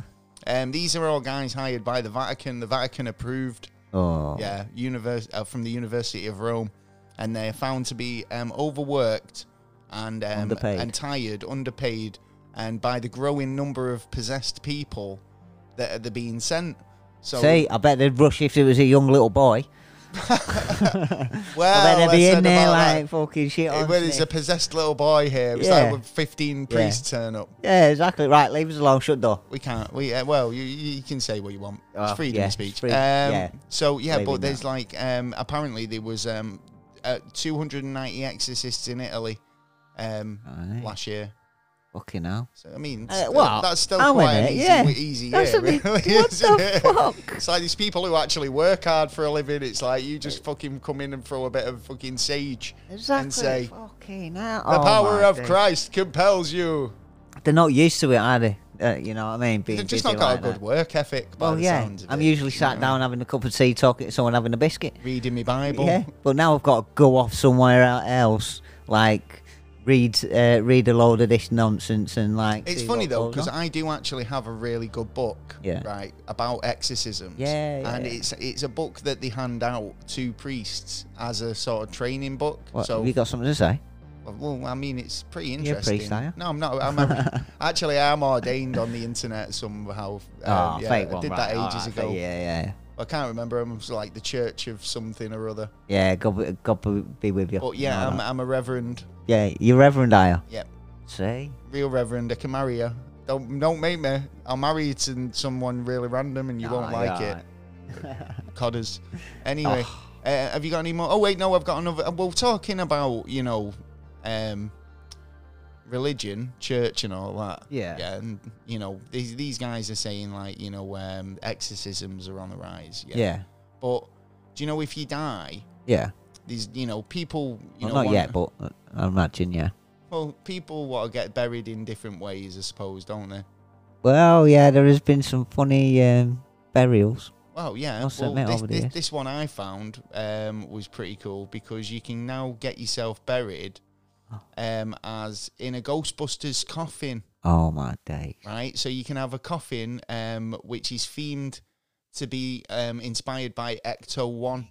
um, these are all guys hired by the Vatican. The Vatican approved Oh, yeah, univers- uh, from the University of Rome, and they're found to be um, overworked and um, Underpaid. and tired, underpaid, and by the growing number of possessed people that are they're being sent. So See, I bet they'd rush if it was a young little boy. well, I bet they'd be I said in there about that. like fucking shit on. Well, there's a sniff. possessed little boy here. It's Yeah. like with 15 priests turn up. Yeah, exactly. Right, leave us alone. Shut door. We can't. We uh, well, you you you can say what you want. It's Oh, freedom yeah, of speech. free- um, yeah. So yeah, Believe but in there's that. like um, apparently there was um, uh, 290 exorcists in Italy um, Right. last year. Fucking hell. So I mean, Uh, still- what? that's still How quite an many? easy, e-, Yeah. easy That's year. a bit- really, what isn't the it? fuck? It's like these people who actually work hard for a living. It's like you just fucking come in and throw a bit of fucking sage Exactly. and say fucking hell. the Oh, power my of days. Christ compels you. They're not used to it, are they? Uh, you know what I mean? Being They've just busy not got like a good that. work ethic. By Well, the yeah. sounds of I'm it, usually you sat know. down having a cup of tea, talking to someone, having a biscuit. reading my Bible. Yeah, but now I've got to go off somewhere else, like read uh, read a load of this nonsense and like. It's see funny what though goes because on. I do actually have a really good book, Yeah. right, about exorcisms. Yeah, yeah, and yeah. it's it's a book that they hand out to priests as a sort of training book. What, so uh, have you got something to say? Well, I mean, it's pretty You're a priest, interesting. are you? No, I'm not. I'm a, actually, I'm ordained on the internet somehow. oh, Um, yeah, fake one. I did right. that all ages right, ago. fake- Yeah, yeah. I can't remember. I'm just like the Church of something or other. Yeah, God, be- God be- be with you. But yeah, No, I'm, no. I'm a reverend. yeah, you're Reverend, are you? Yep. See? real reverend. I can marry you. Don't don't make me. I'll marry you to someone really random, and you won't Ah, like yeah, it. right. Codders. Anyway, uh, have you got any more? Oh wait, no, I've got another. uh, Well, talking about you know, um, religion, church, and all that. Yeah. Yeah, and you know these these guys are saying like you know um, exorcisms are on the rise. Yeah. Yeah. But do you know if you die, Yeah. these you know people you Well, know not wanna- yet, but uh, I imagine, yeah. well people want to get buried in different ways, I suppose, don't they? Well, yeah, there has been some funny um, burials. Well, yeah. Must Well, admit, this, over the this, years. this one I found um, was pretty cool because you can now get yourself buried um, as in a Ghostbusters coffin, Oh, my day. right? So you can have a coffin um, which is themed to be um, inspired by Ecto 1.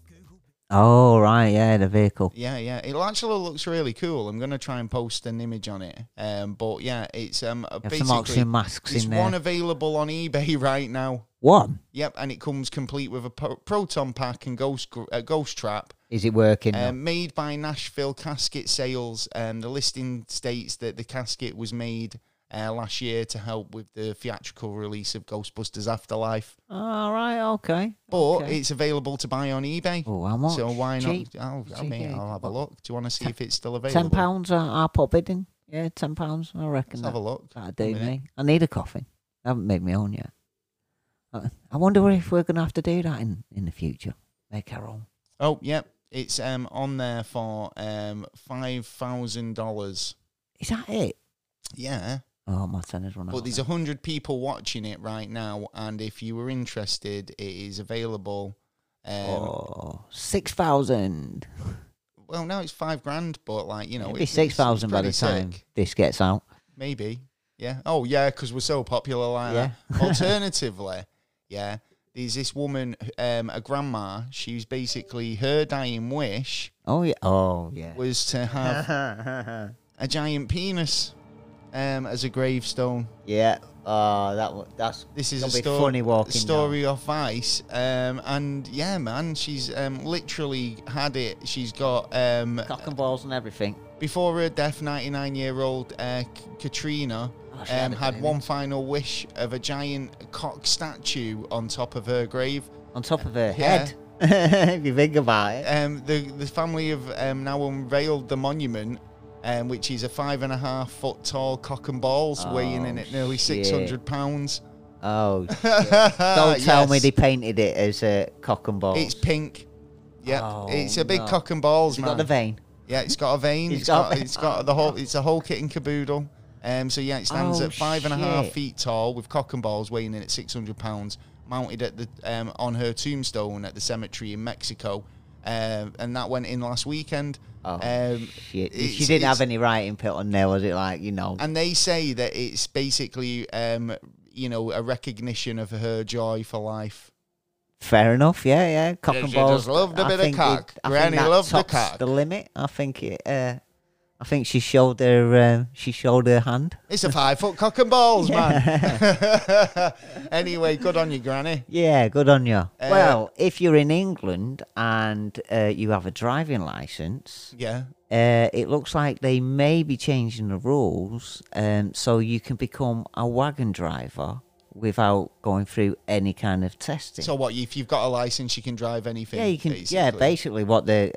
Oh, right, yeah, the vehicle. Yeah, yeah. It actually looks really cool. I'm going to try and post an image on it. Um, but yeah, it's um, You have basically some oxygen masks it's in there. one available on eBay right now. One? Yep, and it comes complete with a pro- proton pack and ghost gr- uh, ghost trap. Is it working? now? Um, made by Nashville Casket Sales, um, the listing states that the casket was made uh, last year to help with the theatrical release of Ghostbusters Afterlife. All right, okay. But Okay. it's available to buy on eBay. Oh, how much? So why Cheap? not? I'll, I Cheap, mean, yeah. I'll have a What? look. Do you want to see if it's still available? Ten pounds. I, I put bid in. Yeah, ten pounds. I reckon Let's have a that, look. that'd One do minute. me. I need a coffin. I haven't made my own yet. I, I wonder if we're gonna have to do that in in the future. Make our own. Oh, yep. It's um on there for um five thousand dollars. Is that it? Yeah. Oh, my ten has run out. But there's now. 100 people watching it right now, and if you were interested, it is available. Um, oh, six thousand. Well, now it's five grand, but like, you know, It'll be it's- six it's thousand by the pretty time sick. this gets out. Maybe. Yeah. Oh, yeah, because we're so popular like Yeah. that. Alternatively, yeah, there's this woman, um, a grandma, she's basically her dying wish Oh yeah. Oh yeah. was to have a giant penis um, as a gravestone. yeah. Oh, that wa- that's This is gonna a be sto- funny walking down. story of Vice. Um, and yeah, man, she's um, literally had it. She's got, um, Cock and balls and everything. before her death, 99 year old uh, K- Katrina Oh, she had um, a had baby. one final wish of a giant cock statue on top of her grave. on top of her yeah. head. if you think about it. Um, the, the family have um, now unveiled the monument. Um, which is a five and a half foot tall cock and balls, weighing Oh, in at nearly shit. 600 pounds. Oh, Don't don't tell me they painted it as a cock and balls. It's pink. Yeah, Oh, it's a big no. cock and balls, It's man. got the vein. yeah, it's got a vein. It's it's got a got, vein. it's got the whole. It's a whole kit and caboodle. Um, so yeah, it stands Oh, at five and a half shit. feet tall, with cock and balls weighing in at six hundred pounds, mounted at the um, on her tombstone at the cemetery in Mexico, um, and that went in last weekend. Oh, um, shit. it's- She didn't it's- have any writing put on there, was it? Like, you know. and they say that it's basically, um, you know, a recognition of her joy for life. Fair enough, yeah, yeah. Cock Yes, and you just balls. loved a I bit of think cock. I think Granny that loved the tops cock. the limit. I think it. Uh, I think she showed her. Uh, she showed her hand. It's a five foot cock and balls, man. anyway, good on you, Granny. Yeah, good on you. Uh, well, if you're in England and uh, you have a driving license, Yeah. uh, it looks like they may be changing the rules um, so you can become a wagon driver without going through any kind of testing. So what? If you've got a license, you can drive anything. yeah, you can. Yeah, basically what they're,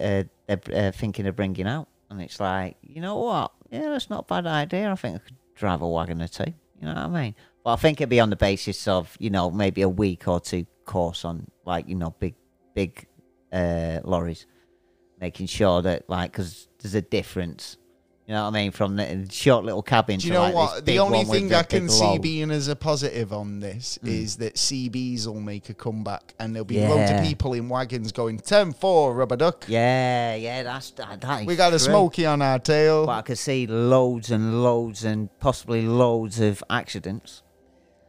uh, they're uh, thinking of bringing out, and it's like, you know what? Yeah, that's not a bad idea. I think I could drive a wagon or two. You know what I mean? But I think it'd be on the basis of you know maybe a week or two course on like you know big big uh, lorries, making sure that like because there's a difference. You know what I mean? From the short little cabin. Do you to, know like, this what? The big only one with thing the I can big see load. being as a positive on this is that CBs will make a comeback, and there'll be loads of Yeah. people in wagons going 10-4, rubber duck. Yeah, yeah, that's that. that is we got a true. smoky on our tail. But I could see loads and loads and possibly loads of accidents.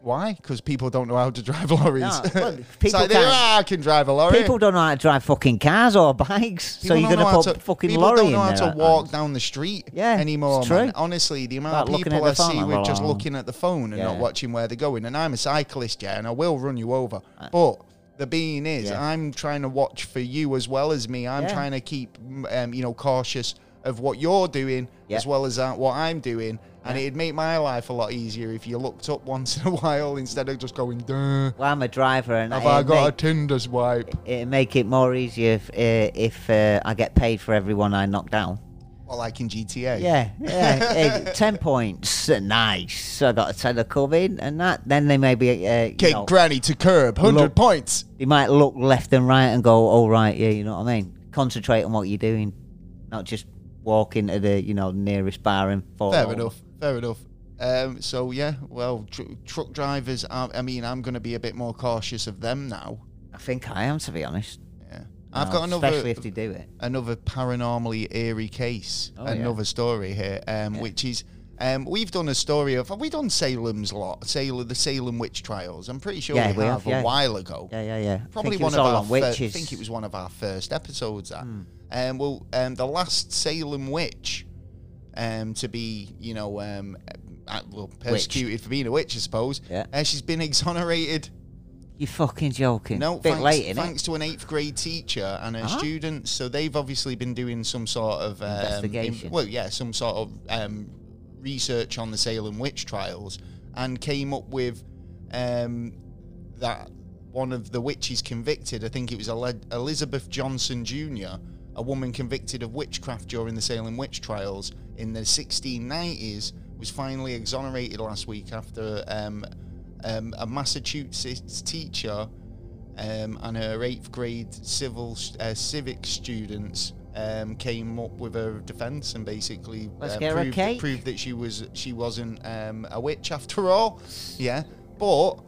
Why? Because people don't know how to drive lorries. No, well, it's people like, they, can't- "Ah, I can drive a lorry. People don't know how to drive fucking cars or bikes, so People you're don't gonna know how put to- fucking people lorry don't know in how there. to at walk times. down the street Yeah, it's anymore. true. Man. Honestly, the amount About of looking people I at the see phone, with just blah, blah, looking at the phone and not Yeah. watching where they're going. And I'm a cyclist, yeah, and I will run you over. But the being is, Uh, Yeah. I'm trying to watch for you as well as me. I'm Yeah. trying to keep, um, you know, cautious of what you're doing Yeah. as well as uh, what I'm doing. And it'd make my life a lot easier if you looked up once in a while instead of just going, duh, Well, I'm a driver, and have it I got a make, Tinder swipe? it make it more easier if, uh, if uh, I get paid for everyone I knock down. Well, like in GTA. Yeah, yeah. eh, ten points, uh, nice. So I got a ten to come in, and that. Then they maybe uh, you Kick know, granny to curb, 100 Look. points. they might look left and right and go, "All right, yeah, you know what I mean." Concentrate on what you're doing, not just walk into the you know nearest bar and fall. Fair over. enough. Fair enough. Um, so yeah, well, tr- truck drivers. Are, I mean, I'm going to be a bit more cautious of them now. I think I am, to be honest. Yeah, I've No, got especially another if they do it. another paranormally eerie case, Oh, yeah. another story here, um, which is um, we've done a story of have we done Salem's lot, Salem, the Salem witch trials. I'm pretty sure Yeah, we, we have, have, yeah. a while ago. Yeah, yeah, yeah. Probably I one think it was of all our on fir- witches. Hmm. I think it was one of our first episodes. That um, well, um, the last Salem witch um, to be, you know, um, uh, well, persecuted for being a witch, I suppose. Yeah. Uh, she's been exonerated. You're fucking joking. No, bit thanks, late, innit? Ah. thanks to an eighth grade teacher and her Huh? students. So they've obviously been doing some sort of um, Investigation. well, yeah, some sort of um, research on the Salem witch trials, and came up with um, that one of the witches convicted. I think it was Ele- Elizabeth Johnson Jr., a woman convicted of witchcraft during the Salem witch trials in the 1690s, was finally exonerated last week after um, um, a Massachusetts teacher um, and her eighth grade civil st- uh, civic students um, came up with a defence and basically Let's uh, get her a proved, cake. proved that she was she wasn't um, a witch after all. Yeah, but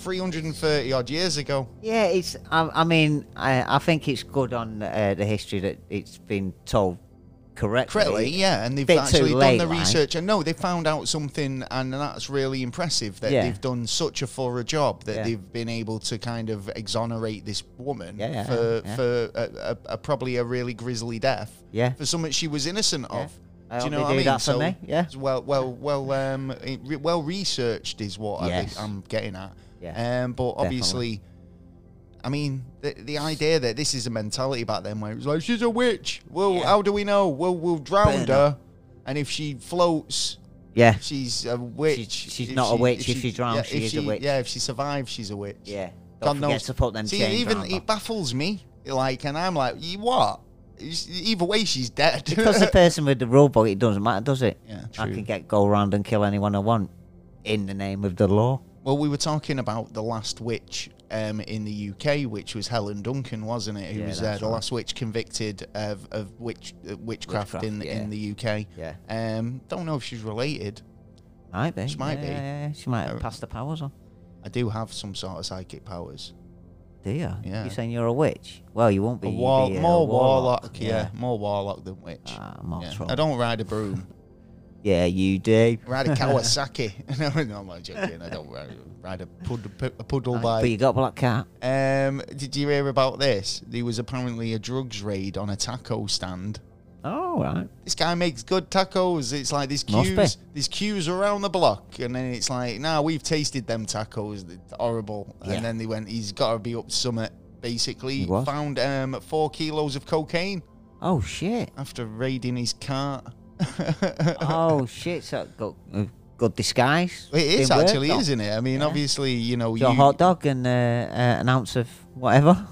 330 odd years ago. Yeah, it's. I, I mean, I, I think it's good on uh, the history that it's been told correctly. Correctly, yeah, and they've Bit too actually done late, the like. research, and no, they found out something, and that's really impressive that Yeah. they've done such a thorough job that Yeah. they've been able to kind of exonerate this woman Yeah, yeah, for yeah. for a, a, a probably a really grisly death, Yeah. for something she was innocent Yeah. of. I do you hope know they what I do mean? that for so, me, yeah. it's well, well, well, um, it re- well researched is what I Yes. think I'm getting at. Yeah, um, but obviously, I mean, the, the idea that this is a mentality back then where it was like, she's a witch. Well, Yeah. how do we know? Well, we'll drown Burn her. her. And if she floats, Yeah, she's a witch. She's- she's If not a witch. If she drowns, yeah, she is a witch. Yeah, if she survives, she's a witch. yeah. God Don't forget knows. to put them See, chains even e- round her. it baffles me. Like, and I'm like, you what? It's- Either way, she's dead. because the person with the rule book, it doesn't matter, does it? Yeah, I true. can get go around and kill anyone I want in the name of the law. Well, we were talking about the last witch um, in the UK, which was Helen Duncan, wasn't it? Who Yeah, was uh, that's the right. last witch convicted of, of witch, uh, witchcraft, Witchcraft, in, yeah. in the UK. Yeah. Um, don't know if she's related. Might be. She might yeah, be. yeah, yeah. She might Uh, have passed the powers on. I do have some sort of psychic powers. Do you? yeah. You're saying you're a witch? Well, you won't be. A you'll war, be, uh, more a warlock. warlock, yeah. more warlock than witch. Ah, more Yeah. trouble. I don't ride a broom. Yeah, you do. ride a Kawasaki. no, no, I'm not joking. I don't ride, ride a, pud, pu- a puddle But bike. you got black cat. Um, did you hear about this? There was apparently a drugs raid on a taco stand. Oh, right. this guy makes good tacos. It's like there's Must be. queues, there's queues around the block, and then it's like, nah, we've tasted them tacos, they're horrible. Yeah. And then they went, he's got to be up to summit. Basically, He was. found um, four kilos of cocaine Oh shit. after raiding his cart. oh shit. So good, uh, good disguise. It is Didn't work, actually, though. isn't it? I mean, Yeah. obviously, you know, Got a you- hot dog and uh, uh, an ounce of whatever.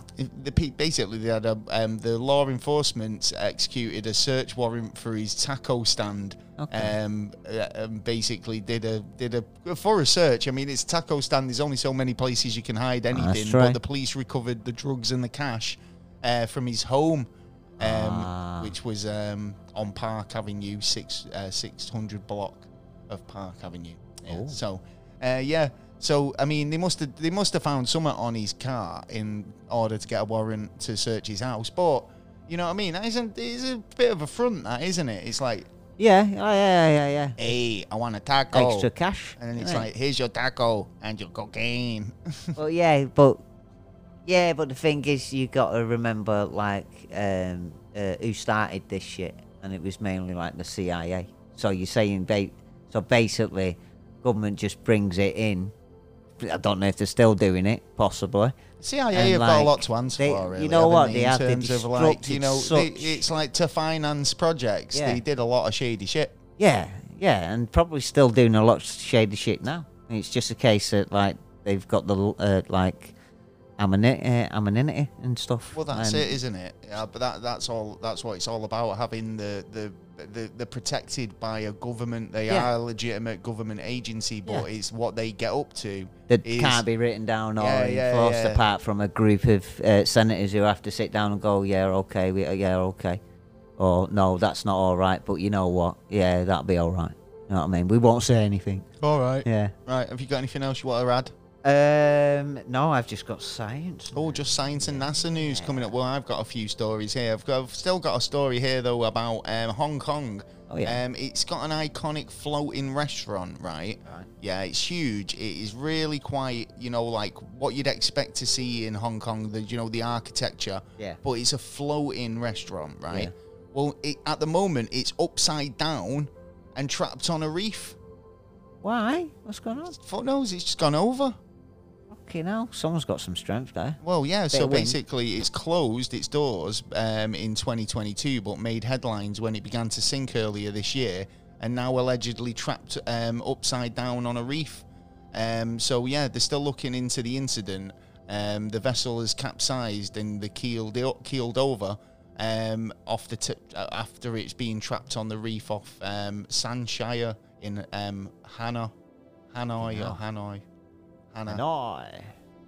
the pe- basically they had a, um, the law enforcement executed a search warrant for his taco stand. Okay. Um, uh, um, basically did a did a a thorough search. I mean, it's taco stand. There's only so many places you can hide anything. But Ah, right. the police recovered the drugs and the cash uh, from his home, um, Ah. which was um, on Park Avenue, six uh, six hundred block of Park Avenue. Yeah. Oh. So, uh, yeah. So I mean, they must have they must have found something on his car in order to get a warrant to search his house. But you know what I mean? That isn't it's a bit of a front, that isn't it? It's like Yeah, Oh, yeah, yeah, yeah, yeah. Hey, I want a taco. Extra cash. Oh. And then it's Yeah. like, here's your taco and your cocaine. Well, yeah, but yeah, but the thing is, you got to remember like um, uh, who started this shit, and it was mainly like the CIA. So you're saying, ba- so basically, government just brings it in. I don't know if they're still doing it, possibly. CIA And, have got a like, lot to answer they- for, you really. know haven't what? they, They in have- they terms of like, you disrupted know, they, such- it's like to finance projects. Yeah. They did a lot of shady shit. Yeah, yeah, and probably still doing a lot of shady shit now. It's just a case that like they've got the l- uh, like ameni- uh, anonymity and stuff. Well, that's and- it, isn't it? Yeah, but that that's all. That's what it's all about. Having the the the, the protected by a government. They Yeah. are a legitimate government agency, but Yeah. it's what they get up to that is- can't be written down or Yeah, yeah, enforced yeah. apart from a group of uh, senators who have to sit down and go, yeah, okay, we, uh, yeah, okay, or no, that's not all right, but you know what? Yeah, that'll be all right. You know what I mean? We won't say anything. All right. Yeah. Right. Have you got anything else you want to add? Um. No, I've just got science. Oh, just science and NASA news coming up. Well, I've got a few stories here. I've, got, I've still got a story here though about um, Hong Kong. Oh, yeah. Um, it's got an iconic floating restaurant, right? Right. Yeah, it's huge. It is really quite, you know, like what you'd expect to see in Hong Kong. The you know the architecture. Yeah. But it's a floating restaurant, right? Yeah. Well, it, at the moment it's upside down and trapped on a reef. Why? What's going on? Fuck knows, it's just gone over. Fucking hell! Someone's got some strength there. Well, yeah. So of wind. basically, it's closed its doors um, in 2022, but made headlines when it began to sink earlier this year, and now allegedly trapped um, upside down on a reef. Um, so yeah, they're still looking into the incident. Um, the vessel has capsized and the keeled o- keeled over um, off the tip uh, after it's been trapped on the reef off um, Sanshire in um, Hanoi, Hanoi or Hanoi, Hanoi No.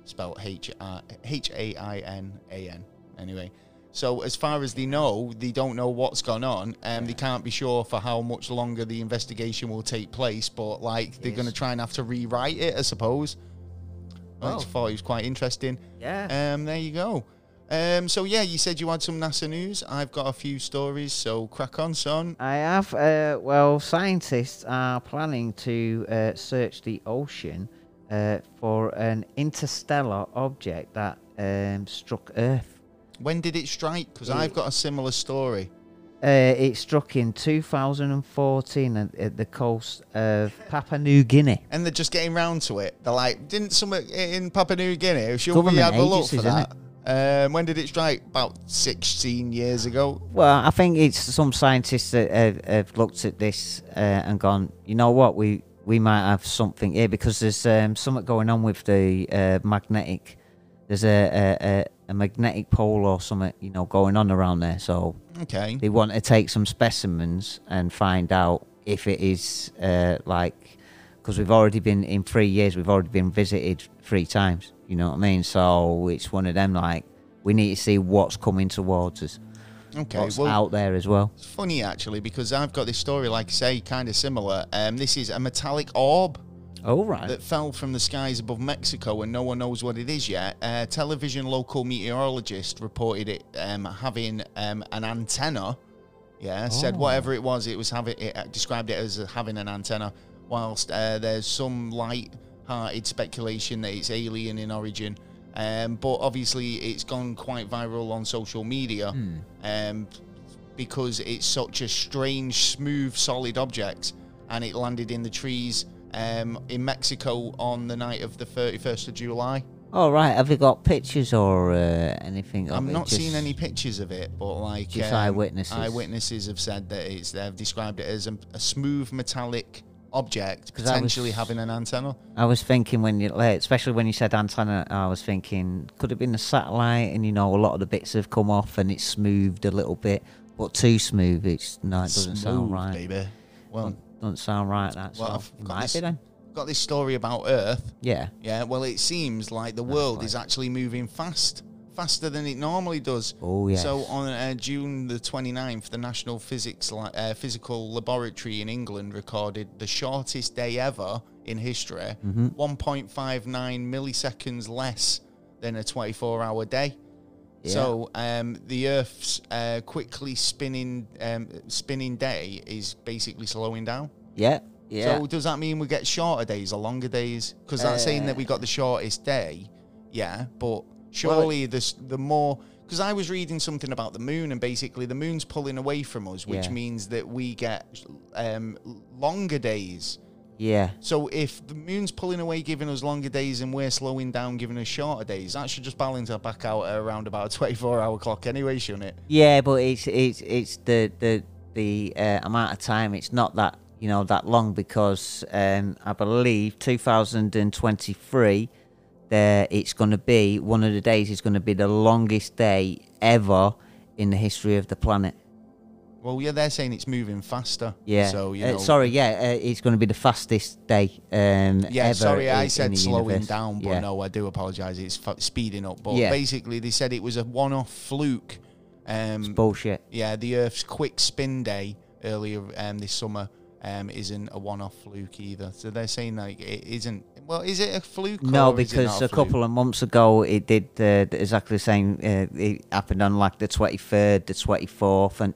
spelled H A I N A N. Anyway, so as far as they know, they don't know what's gone on, and they can't be sure for how much longer the investigation will take place. But like, they're Yes. going to try and have to rewrite it, I suppose. I Well. just thought it was quite interesting. Yeah. Um, there you go. Um, so yeah, you said you had some NASA news. I've got a few stories, so crack on, son. I have. Uh, well, scientists are planning to uh, search the ocean uh, for an interstellar object that um, struck Earth. When did it strike? Because I've got a similar story. Uh, it struck in 2014 at, at the coast of Papua New Guinea. and they're just getting round to it. They're like, didn't someone in Papua New Guinea? Should we Government have a look for agencies, innit? that? Um, when did it strike? About 16 years ago. Well, I think it's some scientists that have, have looked at this uh, and gone, you know what, we we might have something here because there's um, something going on with the uh, magnetic. There's a, a, a, a magnetic pole or something, you know, going on around there. So Okay. they want to take some specimens and find out if it is uh, like because we've already been in three years we've already been visited three times you know what i mean so it's one of them like we need to see what's coming towards us Okay. what's Well, out there as well it's funny actually because I've got this story, like I say, kind of similar. Um, this is a metallic orb. all right that fell from the skies above Mexico and no one knows what it is yet. Uh, television local meteorologist reported it um, having um, an antenna. Yeah, said Oh. whatever it was, it was having. It uh, described it as having an antenna. Whilst uh, there's some light-hearted speculation that it's alien in origin, um, but obviously it's gone quite viral on social media. Um, because it's such a strange, smooth, solid object, and it landed in the trees um, in Mexico on the night of the 31st of July. all right have you got pictures or uh, anything of I'm it? not Just- seeing any pictures of it, but like um, Just eyewitnesses. eyewitnesses have said that it's they've described it as a, a smooth metallic object 'Cause that was- potentially having an antenna. i was thinking when you like, especially when you said antenna i was thinking could have been a satellite and you know a lot of the bits have come off and it's smoothed a little bit but too smooth it's no it doesn't sound Smooth, right baby. Well, Don't- Don't sound right. That's well, all. I've It got might this- be then. got this story about Earth. Yeah. Yeah, well, it seems like the world is actually moving fast, faster than it normally does. Oh, yes. So on uh, June the 29th, the National Physics Li- uh, Physical Laboratory in England recorded the shortest day ever in history, Mm-hmm. 1.59 milliseconds less than a 24-hour day. Yeah. So um, the Earth's uh, quickly spinning um, spinning day is basically slowing down. Yeah, yeah. So does that mean we get shorter days or longer days? Because that's saying Uh. that we got the shortest day. Yeah, but surely the s the more because I was reading something about the moon and basically the moon's pulling away from us, which Yeah. means that we get um, longer days. yeah. So if the moon's pulling away, giving us longer days, and we're slowing down, giving us shorter days, that should just balance out back out at around about a 24-hour clock anyway, shouldn't it? Yeah, but it's it's it's the the the uh, amount of time. It's not that you know that long because um, I believe 2023 there it's going to be one of the days is going to be the longest day ever in the history of the planet. Well, yeah, they're saying it's moving faster. Yeah. So you Uh, know, sorry, yeah, uh, it's going to be the fastest day um Yeah, ever sorry, i- I in said the slowing universe. down, but um, yeah. no, I do apologise. It's f- speeding up. But Yeah. basically, they said it was a one-off fluke. Um, Bullshit. yeah, the Earth's quick spin day earlier um, this summer um, isn't a one-off fluke either. So they're saying like it isn't. Well, is it a fluke? No, or is it because not a fluke? couple of months ago it did uh, th- exactly the same. Uh, it happened on like the twenty third, the twenty fourth, and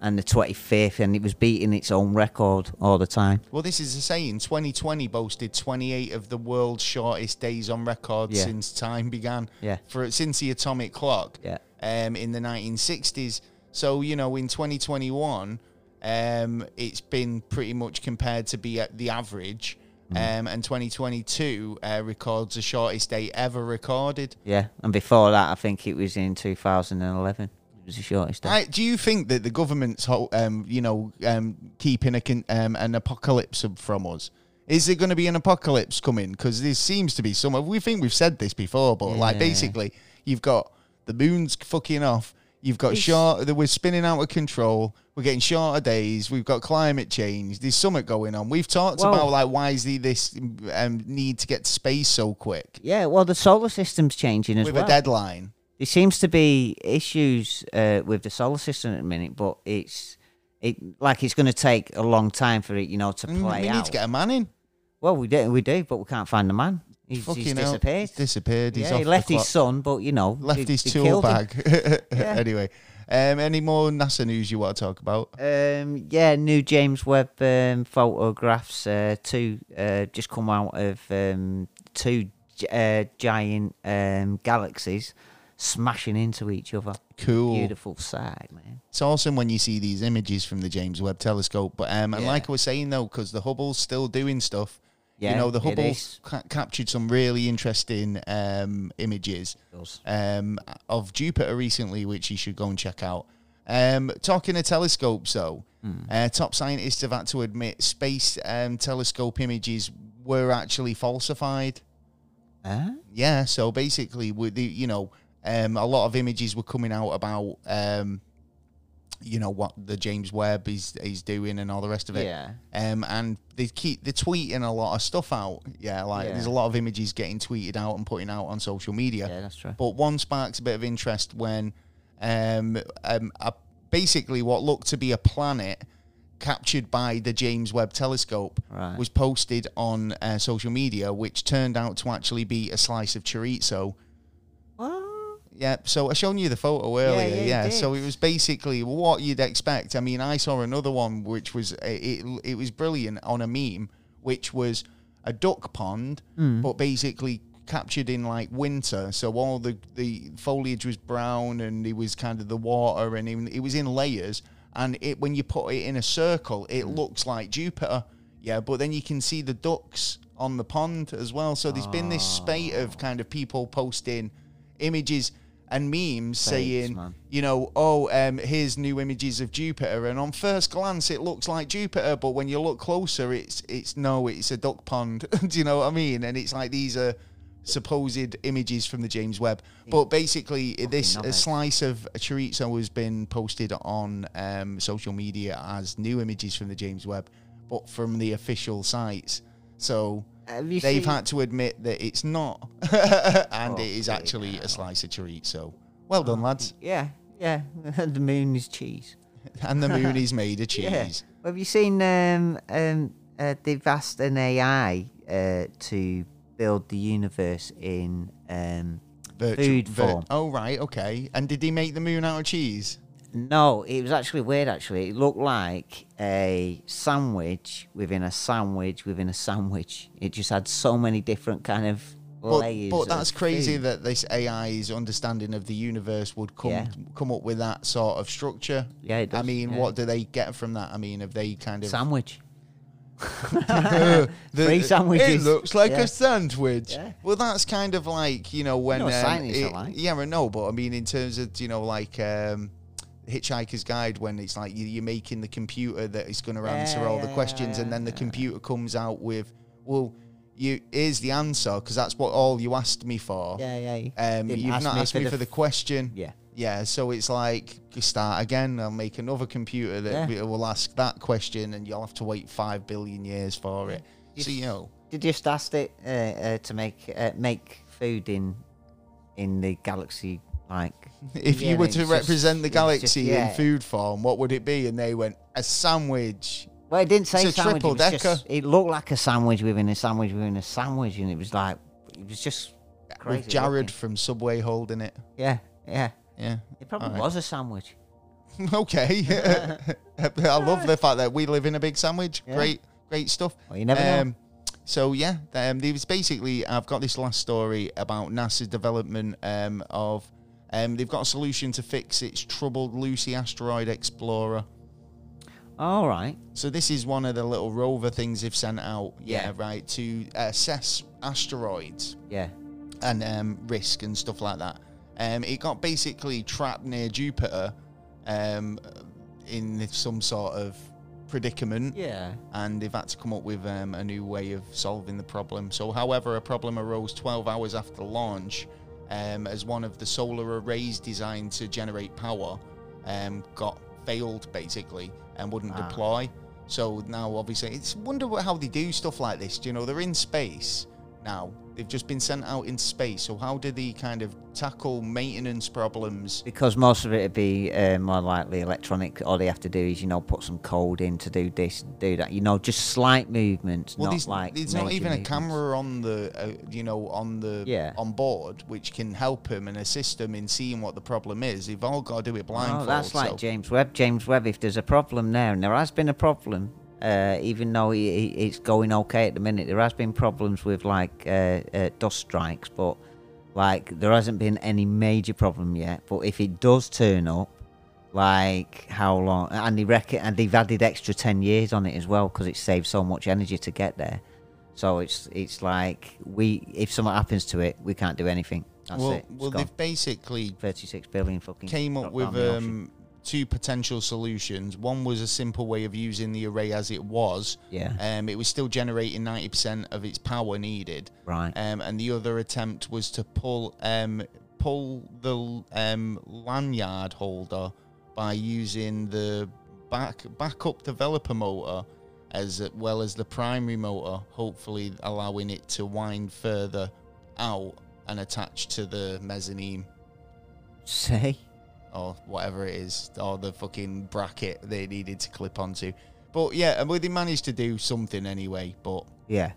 and the twenty fifth, and it was beating its own record all the time. Well, this is the saying. 2020 boasted 28 of the world's shortest days on record Yeah. since time began. Yeah. For since the atomic clock. Yeah. Um, in the 1960s. So you know, in 2021, um, it's been pretty much compared to be at the average. Um, and 2022 uh, records the shortest day ever recorded. Yeah, and before that, I think it was in two thousand and eleven. It was the shortest day. I, do you think that the government's, ho- um, you know, um, keeping a con- um, an apocalypse from us? Is there going to be an apocalypse coming? Because there seems to be some. We think we've said this before, but like Yeah. basically, you've got the moon's fucking off. You've got It's- short. We're spinning out of control. We're getting shorter days. We've got climate change. There's something going on. We've talked Well- about like why is there this um, need to get to space so quick yeah, well, the solar system's changing as with well. a deadline? there seems to be issues uh, with the solar system at the minute, but it's it like it's going to take a long time for it, you know, to Mm, play we out. need to get a man in. well, we do, we do, but we can't find the man. He's, Fucking he's hell. disappeared. He's disappeared. He's yeah, he off the left his clock. son, but you know, left they- his they tool killed him. bag. anyway, um, any more NASA news you want to talk about? Um, yeah, new James Webb um, photographs. Uh, two uh, just come out of um, two gi- uh, giant um, galaxies smashing into each other. Cool. Beautiful sight, man. It's awesome when you see these images from the James Webb Telescope. But um, and Yeah. like I was saying though, because the Hubble's still doing stuff. Yeah, you know, the it Hubble is. ca- captured some really interesting um, images Does. um, of Jupiter recently, which you should go and check out. Um, talking of telescopes, though, Hmm. uh, top scientists have had to admit space um, telescope images were actually falsified. Huh? yeah so basically with the you know um a lot of images were coming out about um you know what the james webb is is doing and all the rest of it Yeah. um and they keep they're tweeting a lot of stuff out yeah like Yeah. there's a lot of images getting tweeted out and putting out on social media Yeah, that's right. but one sparks a bit of interest when um, um, a, basically what looked to be a planet captured by the James Webb telescope Right. was posted on uh, social media, which turned out to actually be a slice of chorizo. What? Yeah, so I shown you the photo earlier. yeah, Yeah, you did. so it was basically what you'd expect. I mean, I saw another one which was it. It, it was brilliant on a meme, which was a duck pond, but basically captured in like winter. So all the the foliage was brown, and it was kind of the water, and it, it was in layers. And it when you put it in a circle, it looks like Jupiter. Yeah, but then you can see the ducks on the pond as well. So there's been this spate of kind of people posting images and memes saying, man. you know, oh, um, here's new images of Jupiter, and on first glance it looks like Jupiter, but when you look closer, it's it's no, it's a duck pond. Do you know what I mean? And it's like these are supposed images from the James Webb, but basically this knobheads. a slice of chorizo has been posted on um, social media as new images from the James Webb, but from the official sites. So Have you Oh, they've seen- had to admit that it's not, and it is actually a slice of chorizo. Well Oh, done, lads. Yeah, yeah. the moon is cheese. And the moon is made of Yeah. cheese. Have you seen? Um, um, uh, they've asked an AI uh, to build the universe in um, virtual Food form. Oh right, okay. And did he make the moon out of cheese? No, it was actually weird. Actually, it looked like a sandwich within a sandwich within a sandwich. It just had so many different kind of But, layers. but of that's crazy food. that this AI's understanding of the universe would come Yeah. come up with that sort of structure. Yeah, it I does, mean, yeah. what do they get from that? I mean, have they kind of sandwich. Uh, the- Free it sandwiches. looks like Yeah. a sandwich. Yeah. Well, that's kind of like you know when know what um, scientists are it- like. yeah, I know, but I mean in terms of you know like um, Hitchhiker's Guide when it's like you, you're making the computer that is going to answer yeah, all the yeah, questions, and yeah, then the yeah. computer comes out with well, you here's the answer because that's what all you asked me for. Yeah, yeah. you Um, didn't you've ask not asked me, for the f- question. Yeah. Yeah, so it's like you start again. I'll make another computer that will ask that question, and you'll have to wait five billion years for it. So you know, They just asked it uh, uh, to make uh, make food in in the galaxy like. if Yeah, you were it's to just- represent the it's just- galaxy yeah. in food form, what would it be? And they went a sandwich. Well, it didn't say It's a sandwich. It, triple was just, it looked like a sandwich within a sandwich within a sandwich, and it was like it was just crazy. with Jared looking. from Subway holding it. Yeah, yeah. Yeah. It probably Alright. was a sandwich. okay. I love the fact that we live in a big sandwich. Yeah. Great, great stuff. Um, Well, you never know. So yeah, um, there was basically I've got this last story about NASA's development um, of um, they've got a solution to fix its troubled Lucy asteroid explorer. All right. So this is one of the little rover things they've sent out. Yeah, Yeah. right to assess asteroids Yeah. and um, risk and stuff like that. Um, it got basically trapped near Jupiter um, in some sort of predicament, Yeah. and they've had to come up with um, a new way of solving the problem. So, however, a problem arose 12 hours after launch um, as one of the solar arrays designed to generate power um, got failed basically and wouldn't Ah. deploy. So now, obviously, it's wonder what- how they do stuff like this. Do you know they're in space now? They've just been sent out in space. So how do they kind of tackle maintenance problems? Because most of it would be uh, more likely electronic. All they have to do is, you know, put some code in to do this, do that. You know, just slight movements, Well, not there's, like. there's not major even a movements. camera on the, uh, you know, on the Yeah. on board, which can help him and assist him in seeing what the problem is. They've all got to do it blindfold. Oh, that's like so- James Webb. James Webb, if there's a problem there, and there has been a problem, uh, even though i- i- it's going okay at the minute, there has been problems with like uh, uh, dust strikes, but like there hasn't been any major problem yet. But if it does turn up, like how long? And they reckon, and they've added extra ten years on it as well because it saves so much energy to get there. So it's it's like we if something happens to it, we can't do anything. That's well, it. Mm, well, they've basically Thirty-six billion fucking came up dropped with down the ocean. um, two potential solutions. One was a simple way of using the array as it was. Yeah. Um, it was still generating 90% of its power needed. Right. Um, and the other attempt was to pull um, pull the um, lanyard holder by using the back backup developer motor as uh, well as the primary motor, hopefully allowing it to wind further out and attach to the mezzanine uh, Say. or whatever it is, or the fucking bracket they needed to clip onto. But yeah, and well, they managed to do something anyway. But Yeah.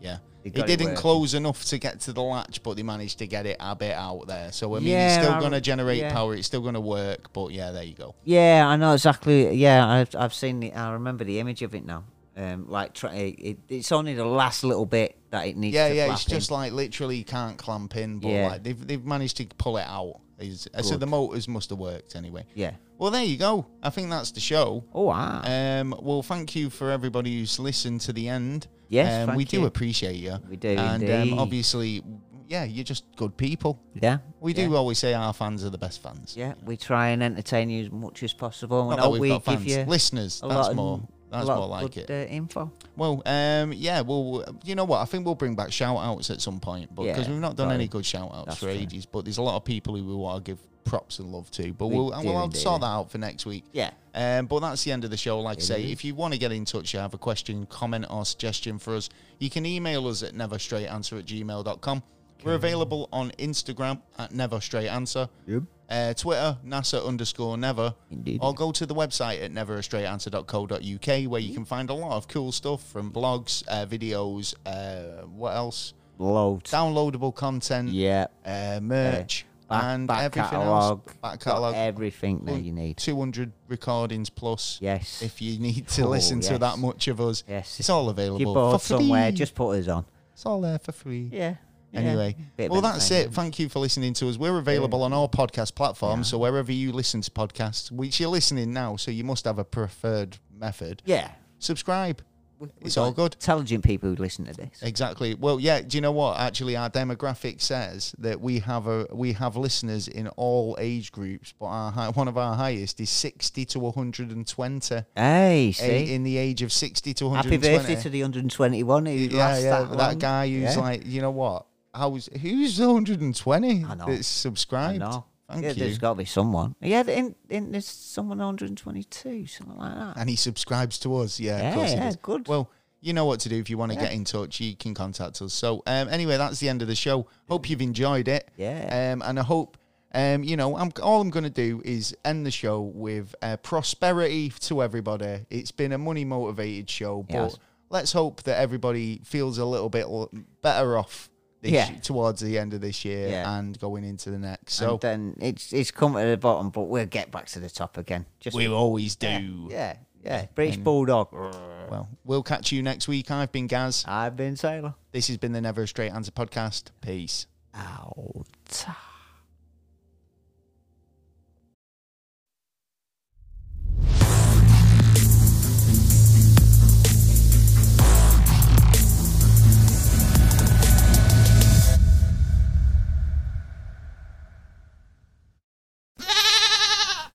yeah, They it got it didn't working. close enough to get to the latch, but they managed to get it a bit out there. So I mean, it's Yeah, still I- going to generate yeah. power. It's still going to work. But yeah, there you go. Yeah, I know exactly. Yeah, I've, I've seen the I remember the image of it now. Um, like try, it, it's only the last little bit that it needs. Yeah, to yeah, flap it's in. just like literally you can't clamp in, but Yeah. like they've they've managed to pull it out. Is so Good. the motors must have worked anyway. yeah. Well, there you go. I think that's the show. Oh wow. Um, well, thank you for everybody who's listened to the end. Yes, um, we thank do you. appreciate you. We do and indeed. Um, obviously, yeah, you're just good people. yeah. We yeah. do always say our fans are the best fans. Yeah, we try and entertain you as much as possible. Not and that hope we've we got give fans, you listeners. a That's lot more. Of, That's a lot more of like good, it. Uh, info. Well, um, yeah. Well, you know what? I think we'll bring back shout outs at some point, but because Yeah, we've not done right. any good shout outs That's for fair. ages. But there's a lot of people who we want to give props and love to. But We we'll and do we'll I'll indeed. sort that out for next week. Yeah. Um, but that's the end of the show. Like I say, is. if you want to get in touch, you have a question, comment, or suggestion for us, you can email us at neverstraightanswer at gmail.com. We're available on Instagram at neverstraightanswer, Yep. uh, Twitter, NASA underscore never, Indeed. or go to the website at neverastraightanswer.co.uk where you can find a lot of cool stuff from blogs, uh, videos, uh, what else? loads. Downloadable content, yeah, uh, merch, back, and back everything catalogue, else. Back got catalogue. everything that you need. 200 recordings plus. Yes. If you need to Oh, listen to yes. that much of us, Yes. it's all If you're available for bored free. somewhere, just put us on. It's all there for free. Yeah. Anyway, Bit of well, that's it. entertainment. Thank you for listening to us. We're available on all podcast platforms. So, wherever you listen to podcasts, which you're listening now, so you must have a preferred method, Yeah. subscribe. We- we It's got all good. Intelligent people who listen to this. Exactly. Well, yeah. Do you know what? Actually, our demographic says that we have a we have listeners in all age groups, but our hi- one of our highest is sixty to one hundred and twenty. Hey, A- see? in the age of 60 to Happy 120. birthday to the 121 who yeah, lasts yeah, that that, long. guy who's Yeah. like, you know what? How's who's the 120 I know. that's I subscribed? know. Thank yeah, you. There's got to be someone. Yeah, in, in, there's someone 122, something like that. And he subscribes to us. Yeah, of Yeah, course he yeah, does. good. Well, you know what to do if you want to get in touch. You can contact us. So um, anyway, that's the end of the show. Hope you've enjoyed it. Yeah. Um, and I hope. Um, you know, I'm, all I'm going to do is end the show with uh, prosperity to everybody. It's been a money motivated show, but Yes. let's hope that everybody feels a little bit l- better off this Yeah. y- towards the end of this year Yeah. and going into the next. So and then it's it's come to the bottom, but we'll get back to the top again. Just we always do. yeah, yeah. British bulldog. Well, we'll catch you next week. I've been Gaz. I've been Taylor. This has been the Never a Straight Answer podcast. Peace. Out.